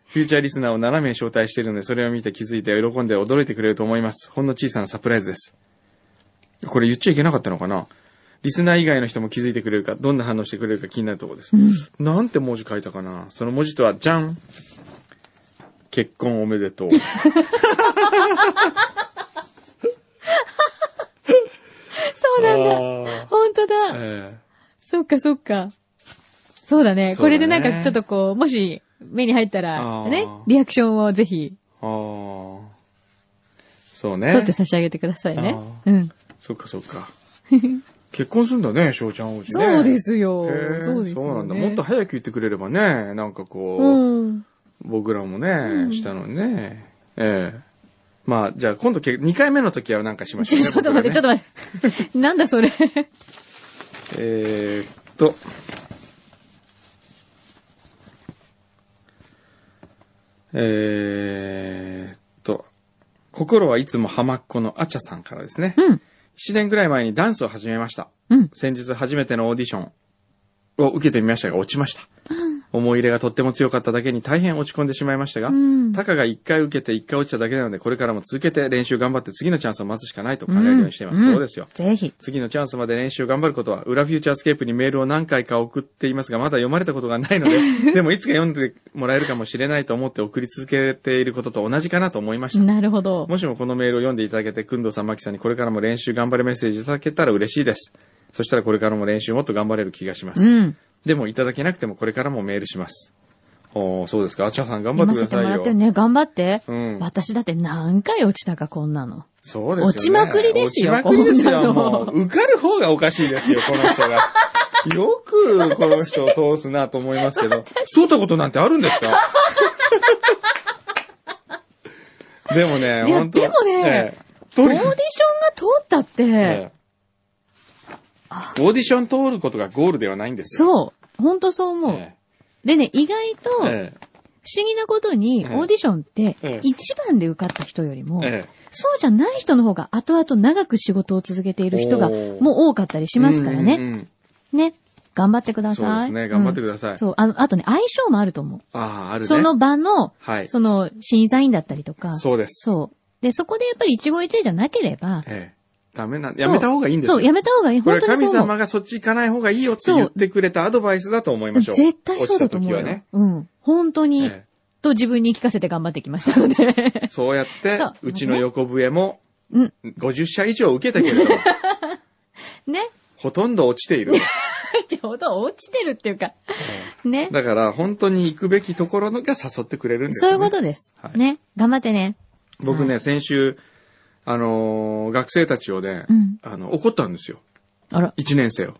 [SPEAKER 2] フューチャーリスナーを7名招待しているので、それを見て気づいて喜んで驚いてくれると思います。ほんの小さなサプライズです。これ言っちゃいけなかったのかなリスナー以外の人も気づいてくれるか、どんな反応してくれるか気になるところです。なんて文字書いたかなその文字とは、じゃん結婚おめで とう。
[SPEAKER 3] そうなんだ。本当だ。
[SPEAKER 2] え
[SPEAKER 3] そっかそっか。そうだね。
[SPEAKER 2] そうだね
[SPEAKER 3] これでなんかちょっとこう、もし目に入った
[SPEAKER 2] あ
[SPEAKER 3] ら、
[SPEAKER 2] ー
[SPEAKER 3] ね、リアクションをぜひ
[SPEAKER 2] えああ。そうね。
[SPEAKER 3] 取って差し上げてくださいね。うん。
[SPEAKER 2] そっかそっ か。結婚するんだね、翔ちゃん王子ね。
[SPEAKER 3] そうですよ
[SPEAKER 2] へえ。
[SPEAKER 3] そうですよね。
[SPEAKER 2] なんだ。もっと早く言ってくれればね、なんかこう、
[SPEAKER 3] うん。
[SPEAKER 2] 僕らもね、したのにね。ええまあ、じゃあ今度け、2回目の時はなんかしましょ
[SPEAKER 3] ち
[SPEAKER 2] う、ね。
[SPEAKER 3] ょ、ちょっと 待って、ちょっ
[SPEAKER 2] と。
[SPEAKER 3] と待 って。なんだそれ。
[SPEAKER 2] えーっと。えーっと。心はいつも浜っ子のあちゃさんからですね。
[SPEAKER 3] うん。
[SPEAKER 2] 7年くらい前にダンスを始めました。
[SPEAKER 3] うん
[SPEAKER 2] 先日初めてのオーディションを受けてみましたが落ちました。思い入れがとっても強かっただけに大変落ち込んでしまいましたが、
[SPEAKER 3] うん
[SPEAKER 2] たかが1回受けて1回落ちただけなので、これからも続けて練習頑張って次のチャンスを待つしかないと考えるようにしています。
[SPEAKER 3] うん
[SPEAKER 2] そうですよ。
[SPEAKER 3] ぜひ。
[SPEAKER 2] 次のチャンスまで練習頑張ることは、裏フューチャースケープにメールを何回か送っていますが、まだ読まれたことがないので、で もいつか読んでもらえるかもしれないと思って送り続けていることと同じかなと思いました。
[SPEAKER 3] なるほど。
[SPEAKER 2] もしもこのメールを読んでいただけて、くんどうさん、まきさんにこれからも練習頑張れメッセージいただけたら嬉しいです。そしたらこれからも練習もっと頑張れる気がします。
[SPEAKER 3] うん。
[SPEAKER 2] でもいただけなくてもこれからもメールします。おー、そうですか。あちゃさん頑張っ
[SPEAKER 3] 読
[SPEAKER 2] て
[SPEAKER 3] ま
[SPEAKER 2] く
[SPEAKER 3] せても
[SPEAKER 2] ださい
[SPEAKER 3] らっ
[SPEAKER 2] よ
[SPEAKER 3] て。るね。頑張って。
[SPEAKER 2] うん
[SPEAKER 3] 私だって何回落ちたか、こんなの。
[SPEAKER 2] そうですよ、ね。
[SPEAKER 3] 落ちまくりですよ
[SPEAKER 2] 落ちまくりです
[SPEAKER 3] こん
[SPEAKER 2] よ。
[SPEAKER 3] なの
[SPEAKER 2] もう、受かる方がおかしいですよ、この人が。 よくこの人を通すなと思いますけど。通ったことなんてあるんで すかでもね、
[SPEAKER 3] いや
[SPEAKER 2] 本当
[SPEAKER 3] でもね
[SPEAKER 2] ええ通
[SPEAKER 3] オー
[SPEAKER 2] り
[SPEAKER 3] ディションが通ったって、
[SPEAKER 2] ええオーディション通ることがゴールではないんですよ。
[SPEAKER 3] そう。ほんとそう思う。
[SPEAKER 2] え
[SPEAKER 3] でね、意外と、不
[SPEAKER 2] え
[SPEAKER 3] 思
[SPEAKER 2] え
[SPEAKER 3] 議なことに、オ
[SPEAKER 2] ええ
[SPEAKER 3] ーディションって
[SPEAKER 2] ええ、
[SPEAKER 3] 一番で受かった人よりも、
[SPEAKER 2] ええ
[SPEAKER 3] そうじゃない人の方が後々長く仕事を続けている人が、
[SPEAKER 2] おー
[SPEAKER 3] もう多かったりしますから
[SPEAKER 2] うん
[SPEAKER 3] ね。
[SPEAKER 2] うんうん
[SPEAKER 3] ね。頑張ってください。
[SPEAKER 2] そうですね。頑張ってく
[SPEAKER 3] だ
[SPEAKER 2] ださい。
[SPEAKER 3] さそう。あの、あとね、相性もあると思う。
[SPEAKER 2] ああ、あるね。
[SPEAKER 3] その場の、
[SPEAKER 2] はい。
[SPEAKER 3] その、審査員だったりとか。
[SPEAKER 2] そうです。
[SPEAKER 3] そう。で、そこでやっぱり一期一会じゃなければ、
[SPEAKER 2] ええダメなん
[SPEAKER 3] そう
[SPEAKER 2] やめた方がいいんですよ。
[SPEAKER 3] そう、やめた方がいい。
[SPEAKER 2] これ
[SPEAKER 3] 本
[SPEAKER 2] は
[SPEAKER 3] 当に
[SPEAKER 2] 神
[SPEAKER 3] そう思
[SPEAKER 2] 様
[SPEAKER 3] う。
[SPEAKER 2] がそっち行かない方がいいよって言ってくれたアドバイスだと思いましょう。
[SPEAKER 3] 絶対そうだと思うよ。
[SPEAKER 2] 落ちた時はね
[SPEAKER 3] うん。本当に、
[SPEAKER 2] え
[SPEAKER 3] と自分に聞かせて頑張ってきましたので
[SPEAKER 2] え。そうやって
[SPEAKER 3] そう、
[SPEAKER 2] うちの横笛も
[SPEAKER 3] うん、
[SPEAKER 2] 50社以上受けたけれども、
[SPEAKER 3] ね。
[SPEAKER 2] ほとんど落ちている。
[SPEAKER 3] ちょうど落ちてるっていうか、ね。
[SPEAKER 2] だから、本当に行くべきところが誘ってくれるんです
[SPEAKER 3] そうい
[SPEAKER 2] よ
[SPEAKER 3] う
[SPEAKER 2] ね
[SPEAKER 3] ことです
[SPEAKER 2] は。い
[SPEAKER 3] ね。頑張ってね。
[SPEAKER 2] 僕
[SPEAKER 3] は
[SPEAKER 2] ね、先週、あのー学生たちをね
[SPEAKER 3] うん、
[SPEAKER 2] あの、怒ったんですよ。
[SPEAKER 3] あら、
[SPEAKER 2] 1年生を。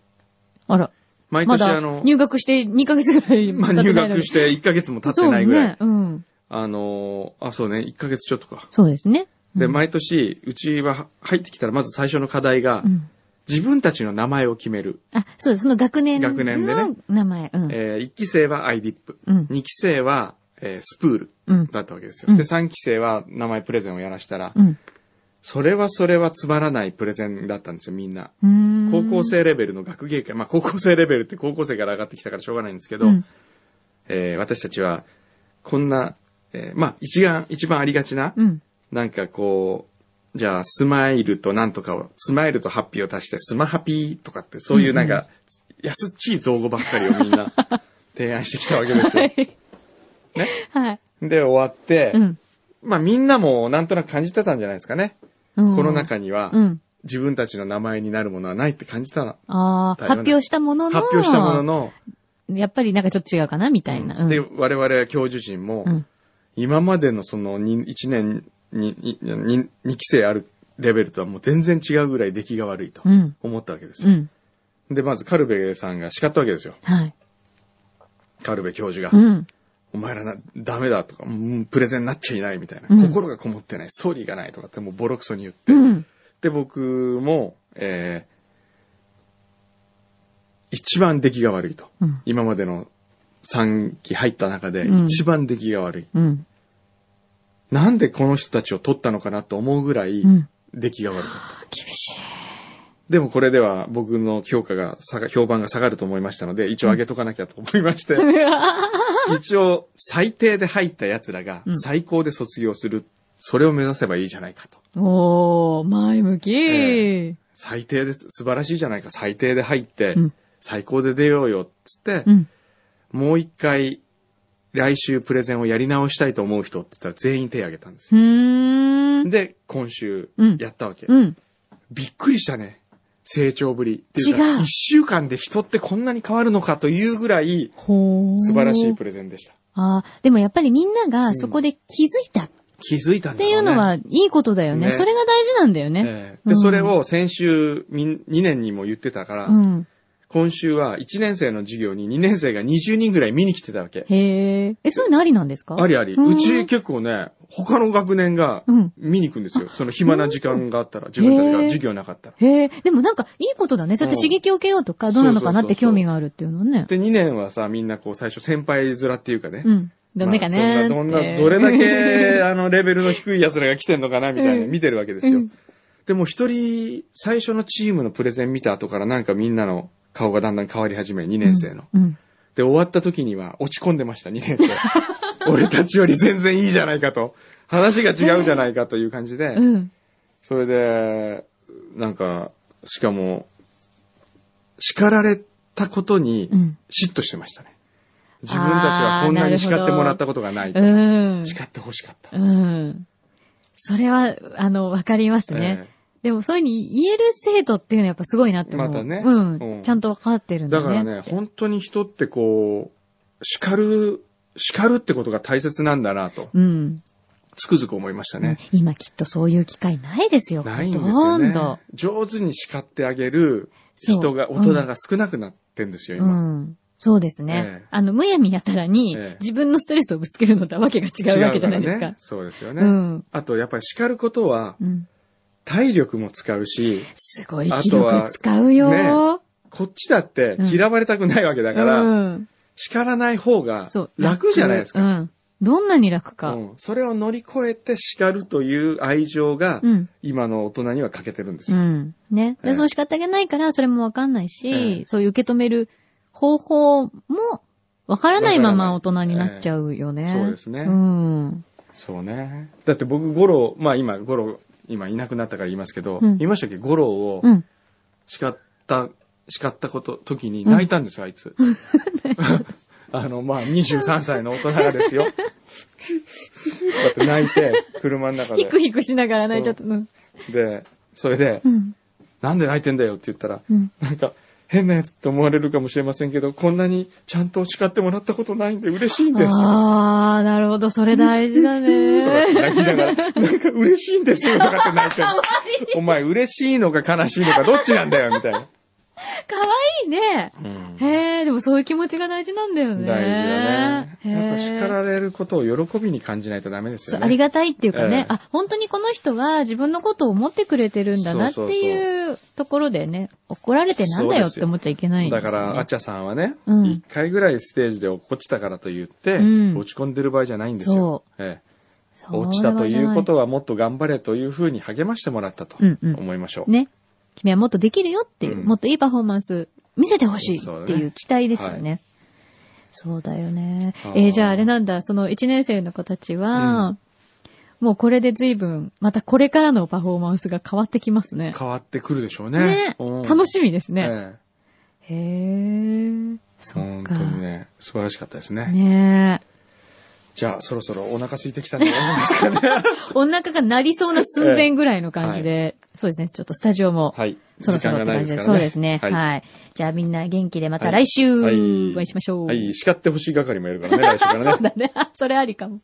[SPEAKER 3] あら。
[SPEAKER 2] 毎
[SPEAKER 3] ま
[SPEAKER 2] 年
[SPEAKER 3] だ
[SPEAKER 2] あの、
[SPEAKER 3] 入学して2ヶ月ぐらい
[SPEAKER 2] まあ
[SPEAKER 3] 経って
[SPEAKER 2] 入
[SPEAKER 3] ないの
[SPEAKER 2] 学
[SPEAKER 3] に
[SPEAKER 2] して1ヶ月も経ってないぐらい。
[SPEAKER 3] そうね。うん。
[SPEAKER 2] あのーあ、そうね、1ヶ月ちょっとか。
[SPEAKER 3] そうですね。
[SPEAKER 2] で、
[SPEAKER 3] うん
[SPEAKER 2] 毎年、うちはは入ってきたら、まず最初の課題が
[SPEAKER 3] う、ん
[SPEAKER 2] 自分たちの名前を決める。
[SPEAKER 3] あ、そうです。その学年の
[SPEAKER 2] 学年でね
[SPEAKER 3] 名前。うん。
[SPEAKER 2] え1期生は IDIP。
[SPEAKER 3] うん。
[SPEAKER 2] 2期生は、えースプール
[SPEAKER 3] うん。
[SPEAKER 2] だったわけです
[SPEAKER 3] う
[SPEAKER 2] よ。
[SPEAKER 3] ん
[SPEAKER 2] で、3期生は名前プレゼンをやらしたら
[SPEAKER 3] う、ん
[SPEAKER 2] それはそれはつまらないプレゼンだったんですよ、みんな。
[SPEAKER 3] うーん。
[SPEAKER 2] 高校生レベルの学芸会。まあ、高校生レベルって高校生から上がってきたからしょうがないんですけど、
[SPEAKER 3] うん
[SPEAKER 2] えー私たちは、こんな、えーまあ、一番、一番ありがちな、
[SPEAKER 3] うん。
[SPEAKER 2] なんかこう、じゃあ、スマイルとなんとかを、スマイルとハッピーを足して、スマハピーとかって、そういうなんか、安っちい造語ばっかりをみんな提案してきたわけですよ。
[SPEAKER 3] はい。
[SPEAKER 2] ね。
[SPEAKER 3] はい。
[SPEAKER 2] で、終わって、
[SPEAKER 3] うん。
[SPEAKER 2] まあみんなもなんとなく感じてたんじゃないですかね。
[SPEAKER 3] うん
[SPEAKER 2] この中には、
[SPEAKER 3] うん。
[SPEAKER 2] 自分たちの名前になるものはないって感じたの。
[SPEAKER 3] ああ、
[SPEAKER 2] だよね
[SPEAKER 3] 発表したものの、
[SPEAKER 2] 発表したものの、
[SPEAKER 3] やっぱりなんかちょっと違うかな、みたいな。うん。
[SPEAKER 2] で、我々教授陣も、
[SPEAKER 3] うん
[SPEAKER 2] 今までのその1年に、2期生あるレベルとはもう全然違うぐらい出来が悪いと
[SPEAKER 3] うん
[SPEAKER 2] 思ったわけです
[SPEAKER 3] う
[SPEAKER 2] よ。
[SPEAKER 3] ん。
[SPEAKER 2] で、まずカルベさんが叱ったわけですよ。
[SPEAKER 3] はい。
[SPEAKER 2] カルベ教授
[SPEAKER 3] う
[SPEAKER 2] が。
[SPEAKER 3] ん。
[SPEAKER 2] お前らな、ダメだとか、うんプレゼンになっちゃいないみたいな、
[SPEAKER 3] うん
[SPEAKER 2] 心がこもってない、ストーリーがないとかってもうボロクソに言って、
[SPEAKER 3] うん。
[SPEAKER 2] で、僕も、えー一番出来が悪いと。
[SPEAKER 3] うん
[SPEAKER 2] 今までの3期入った中で、
[SPEAKER 3] うん
[SPEAKER 2] 一番出来が悪い。
[SPEAKER 3] うん。
[SPEAKER 2] なんでこの人たちを取ったのかなと思うぐらい
[SPEAKER 3] うん、
[SPEAKER 2] 出来が悪かった。
[SPEAKER 3] 厳しい。
[SPEAKER 2] でもこれでは僕の評価が下が、評判が下がると思いましたので、一応上げとかなきゃと思いまして、一応最低で入った奴らが
[SPEAKER 3] うん
[SPEAKER 2] 最高で卒業する、それを目指せばいいじゃないかと。
[SPEAKER 3] おー、前向き。
[SPEAKER 2] え最低です。素晴らしいじゃないか。最低で入って、
[SPEAKER 3] うん
[SPEAKER 2] 最高で出ようよ。つって、
[SPEAKER 3] うん。
[SPEAKER 2] もう一回、来週プレゼンをやり直したいと思う人って言ったら全員手挙げたんです
[SPEAKER 3] う
[SPEAKER 2] よ。
[SPEAKER 3] ーん。
[SPEAKER 2] で、今週
[SPEAKER 3] うん、
[SPEAKER 2] やったわけ。
[SPEAKER 3] うん。
[SPEAKER 2] びっくりしたね。成長ぶ
[SPEAKER 3] 違
[SPEAKER 2] り。
[SPEAKER 3] う
[SPEAKER 2] っていか一週間で人ってこんなに変わるのかというぐらい、
[SPEAKER 3] ほー。
[SPEAKER 2] 素晴らしいプレゼンでした。
[SPEAKER 3] ああ、でもやっぱりみんながそこで気づいたっ
[SPEAKER 2] 気づいたんだ
[SPEAKER 3] て
[SPEAKER 2] ろ
[SPEAKER 3] いう
[SPEAKER 2] ね
[SPEAKER 3] のは、いいことだよね。
[SPEAKER 2] ね
[SPEAKER 3] それが大事なんだよね。
[SPEAKER 2] ええ
[SPEAKER 3] うん
[SPEAKER 2] で、それを先週、2年にも言ってたから、
[SPEAKER 3] うん。
[SPEAKER 2] 今週は1年生の授業に2年生が20人ぐらい見に来てたわけ。
[SPEAKER 3] へえ。え、そういうのありなんですか
[SPEAKER 2] ありあり。
[SPEAKER 3] うん
[SPEAKER 2] うち結構ね、他の学年が
[SPEAKER 3] うん
[SPEAKER 2] 見に行くんですよ。その暇な時間があったら、自分たちが
[SPEAKER 3] へえ
[SPEAKER 2] 授業なかったら。
[SPEAKER 3] へえ。でもなんかいいことだね。そうやって刺激を受けようとか、どうなのかなって興味があるっていうのはね。
[SPEAKER 2] で、2年はさ、みんなこう最初先輩面っていうかね。
[SPEAKER 3] うん。ダメかねーって。
[SPEAKER 2] まあそんなどんな、どれだけ、 あの、レベルの低い奴らが来てんのかな、みたいな、見てるわけですよ。でも一人、最初のチームのプレゼン見た後からなんかみんなの顔がだんだん変わり始め、2年生の。
[SPEAKER 3] うん。
[SPEAKER 2] で、終わった時には落ち込んでました、2年 生。俺たちより全然いいじゃないかと。話が違うじゃないかという感じで、
[SPEAKER 3] うん。
[SPEAKER 2] それで、なんか、しかも、叱られたことに
[SPEAKER 3] うん
[SPEAKER 2] 嫉妬してましたね。自分たちはこんなに叱ってもらったことがないと。
[SPEAKER 3] うん。
[SPEAKER 2] 叱ってほしかった。
[SPEAKER 3] うん。それは、あの、わかりますね。でも、そういうふうに言える生徒っていうのはやっぱすごいなって思う。
[SPEAKER 2] またね
[SPEAKER 3] うん。
[SPEAKER 2] うん
[SPEAKER 3] ちゃんとわかってる
[SPEAKER 2] え
[SPEAKER 3] ん
[SPEAKER 2] ー
[SPEAKER 3] だ
[SPEAKER 2] だ
[SPEAKER 3] ね。
[SPEAKER 2] からね、本当に人ってこう、叱る、叱るってことが大切なんだなと、
[SPEAKER 3] うん。
[SPEAKER 2] つくづく思いましたね。
[SPEAKER 3] 今きっとそういう機会ないですよ。
[SPEAKER 2] ないんです
[SPEAKER 3] ほと
[SPEAKER 2] よ
[SPEAKER 3] ん
[SPEAKER 2] ね
[SPEAKER 3] ど。。
[SPEAKER 2] 上手に叱ってあげる
[SPEAKER 3] そう
[SPEAKER 2] 人が、大人が少なくなってんですよ、
[SPEAKER 3] う
[SPEAKER 2] 今。
[SPEAKER 3] ん。そうですね。
[SPEAKER 2] ええ
[SPEAKER 3] あの、むやみやたらに、
[SPEAKER 2] ええ
[SPEAKER 3] 自分のストレスをぶつけるのとはわけが違うわけじゃないです
[SPEAKER 2] 違う
[SPEAKER 3] か。
[SPEAKER 2] らね。そうですよ
[SPEAKER 3] う
[SPEAKER 2] ね。
[SPEAKER 3] ん。
[SPEAKER 2] あと、やっぱり叱ることは、
[SPEAKER 3] うん。
[SPEAKER 2] 体力も使うし、
[SPEAKER 3] すごい気力使う
[SPEAKER 2] あと
[SPEAKER 3] よ。
[SPEAKER 2] こっちだって
[SPEAKER 3] うん
[SPEAKER 2] 嫌われたくないわけだから、
[SPEAKER 3] うん。
[SPEAKER 2] 叱らない方が
[SPEAKER 3] そう。
[SPEAKER 2] 楽じゃないですか。
[SPEAKER 3] うん。どんなに楽か。
[SPEAKER 2] うんそれを乗り越えて叱るという愛情が、
[SPEAKER 3] うん。
[SPEAKER 2] 今の大人には欠けてるんです
[SPEAKER 3] う
[SPEAKER 2] よ。
[SPEAKER 3] ん。ね。
[SPEAKER 2] え
[SPEAKER 3] で、
[SPEAKER 2] え
[SPEAKER 3] そう仕方がないから、それもわかんない
[SPEAKER 2] え
[SPEAKER 3] し
[SPEAKER 2] え、
[SPEAKER 3] そういう受け止める方法もわからないまま大人になっちゃうよね。
[SPEAKER 2] そうですね
[SPEAKER 3] うん。
[SPEAKER 2] そうね。だって僕、ゴロ、まあ今、ゴロ、今いなくなったから言いますけど、
[SPEAKER 3] うん
[SPEAKER 2] 言いましたっけゴロを、
[SPEAKER 3] うん。
[SPEAKER 2] 叱った、叱ったこと、時に泣いたんですよ、あいつ。 あの、まあ、23歳の大人がですよ。こうやって泣いて、車の中
[SPEAKER 3] ヒ
[SPEAKER 2] で。
[SPEAKER 3] クヒクしながら泣いちゃった。うん。
[SPEAKER 2] で、それで、
[SPEAKER 3] うん。
[SPEAKER 2] なんで泣いてんだよって言ったら、
[SPEAKER 3] うん
[SPEAKER 2] なんか、変なやつって思われるかもしれませんけど、こんなにちゃんと叱ってもらったことないんで嬉しいんです。
[SPEAKER 3] あー、なるほど。それ大事だ
[SPEAKER 2] とかっ
[SPEAKER 3] ね。
[SPEAKER 2] て泣きながら、なんか嬉しいんですよとかって泣い てる。お前嬉しいのか悲しいのかどっちなんだよみたいな。
[SPEAKER 3] かわいいね。
[SPEAKER 2] うん
[SPEAKER 3] へえ、でもそういう気持ちが大事なんだよね。
[SPEAKER 2] 大事だね。やっぱ
[SPEAKER 3] へ
[SPEAKER 2] 叱
[SPEAKER 3] え
[SPEAKER 2] られることを喜びに感じないとダメです
[SPEAKER 3] そ
[SPEAKER 2] よ
[SPEAKER 3] う、
[SPEAKER 2] ね。
[SPEAKER 3] ありがたいっていうかね、
[SPEAKER 2] ええ
[SPEAKER 3] あ、本当にこの人は自分のことを思ってくれてるんだなって
[SPEAKER 2] そうそうそう
[SPEAKER 3] いうところでね、怒られてなんだよって思っちゃいけないんで
[SPEAKER 2] だ
[SPEAKER 3] すよ
[SPEAKER 2] か
[SPEAKER 3] ね、
[SPEAKER 2] ら、あっちゃさんはね、一、
[SPEAKER 3] うん
[SPEAKER 2] 回ぐらいステージで落っこちたからと言って、
[SPEAKER 3] うん
[SPEAKER 2] 落ち込んでる場合じゃないんですよ。ええ
[SPEAKER 3] そう
[SPEAKER 2] 落ちたということはもっと頑張れというふうに励ましてもらったと
[SPEAKER 3] うんうん
[SPEAKER 2] 思いましょう。
[SPEAKER 3] ね。君はもっとできるよっていう、
[SPEAKER 2] うん
[SPEAKER 3] もっといいパフォーマンス見せてほしい
[SPEAKER 2] そうだね
[SPEAKER 3] っていう期待ですよね。
[SPEAKER 2] は
[SPEAKER 3] そうだよね
[SPEAKER 2] あ。ー
[SPEAKER 3] えーじゃああれなんだ、その1年生の子たちは、もうこれで随分、またこれからのパフォーマンスが変わってきますね。
[SPEAKER 2] 変わってくるでしょう
[SPEAKER 3] ね
[SPEAKER 2] ね。うん
[SPEAKER 3] 楽しみですね。へ
[SPEAKER 2] え
[SPEAKER 3] え。
[SPEAKER 2] え
[SPEAKER 3] そっ
[SPEAKER 2] 本
[SPEAKER 3] か
[SPEAKER 2] 当。にね、素晴らしかったですね。
[SPEAKER 3] ねえ。
[SPEAKER 2] じゃあ、そろそろお腹空いて きたんで終わりますかね。
[SPEAKER 3] お腹が鳴りそうな寸前ぐらいの感じで、そうですね、ちょっとスタジオも、
[SPEAKER 2] はい。
[SPEAKER 3] そろそろって感じで、
[SPEAKER 2] 時間がないですからね
[SPEAKER 3] そうですね、は。
[SPEAKER 2] はいい
[SPEAKER 3] じゃあみんな元気でまた
[SPEAKER 2] はい
[SPEAKER 3] 来週、
[SPEAKER 2] はい
[SPEAKER 3] お会いしましょう。
[SPEAKER 2] はい、叱ってほしい係もいるからね、来週からね
[SPEAKER 3] そ。うだね。それありかも。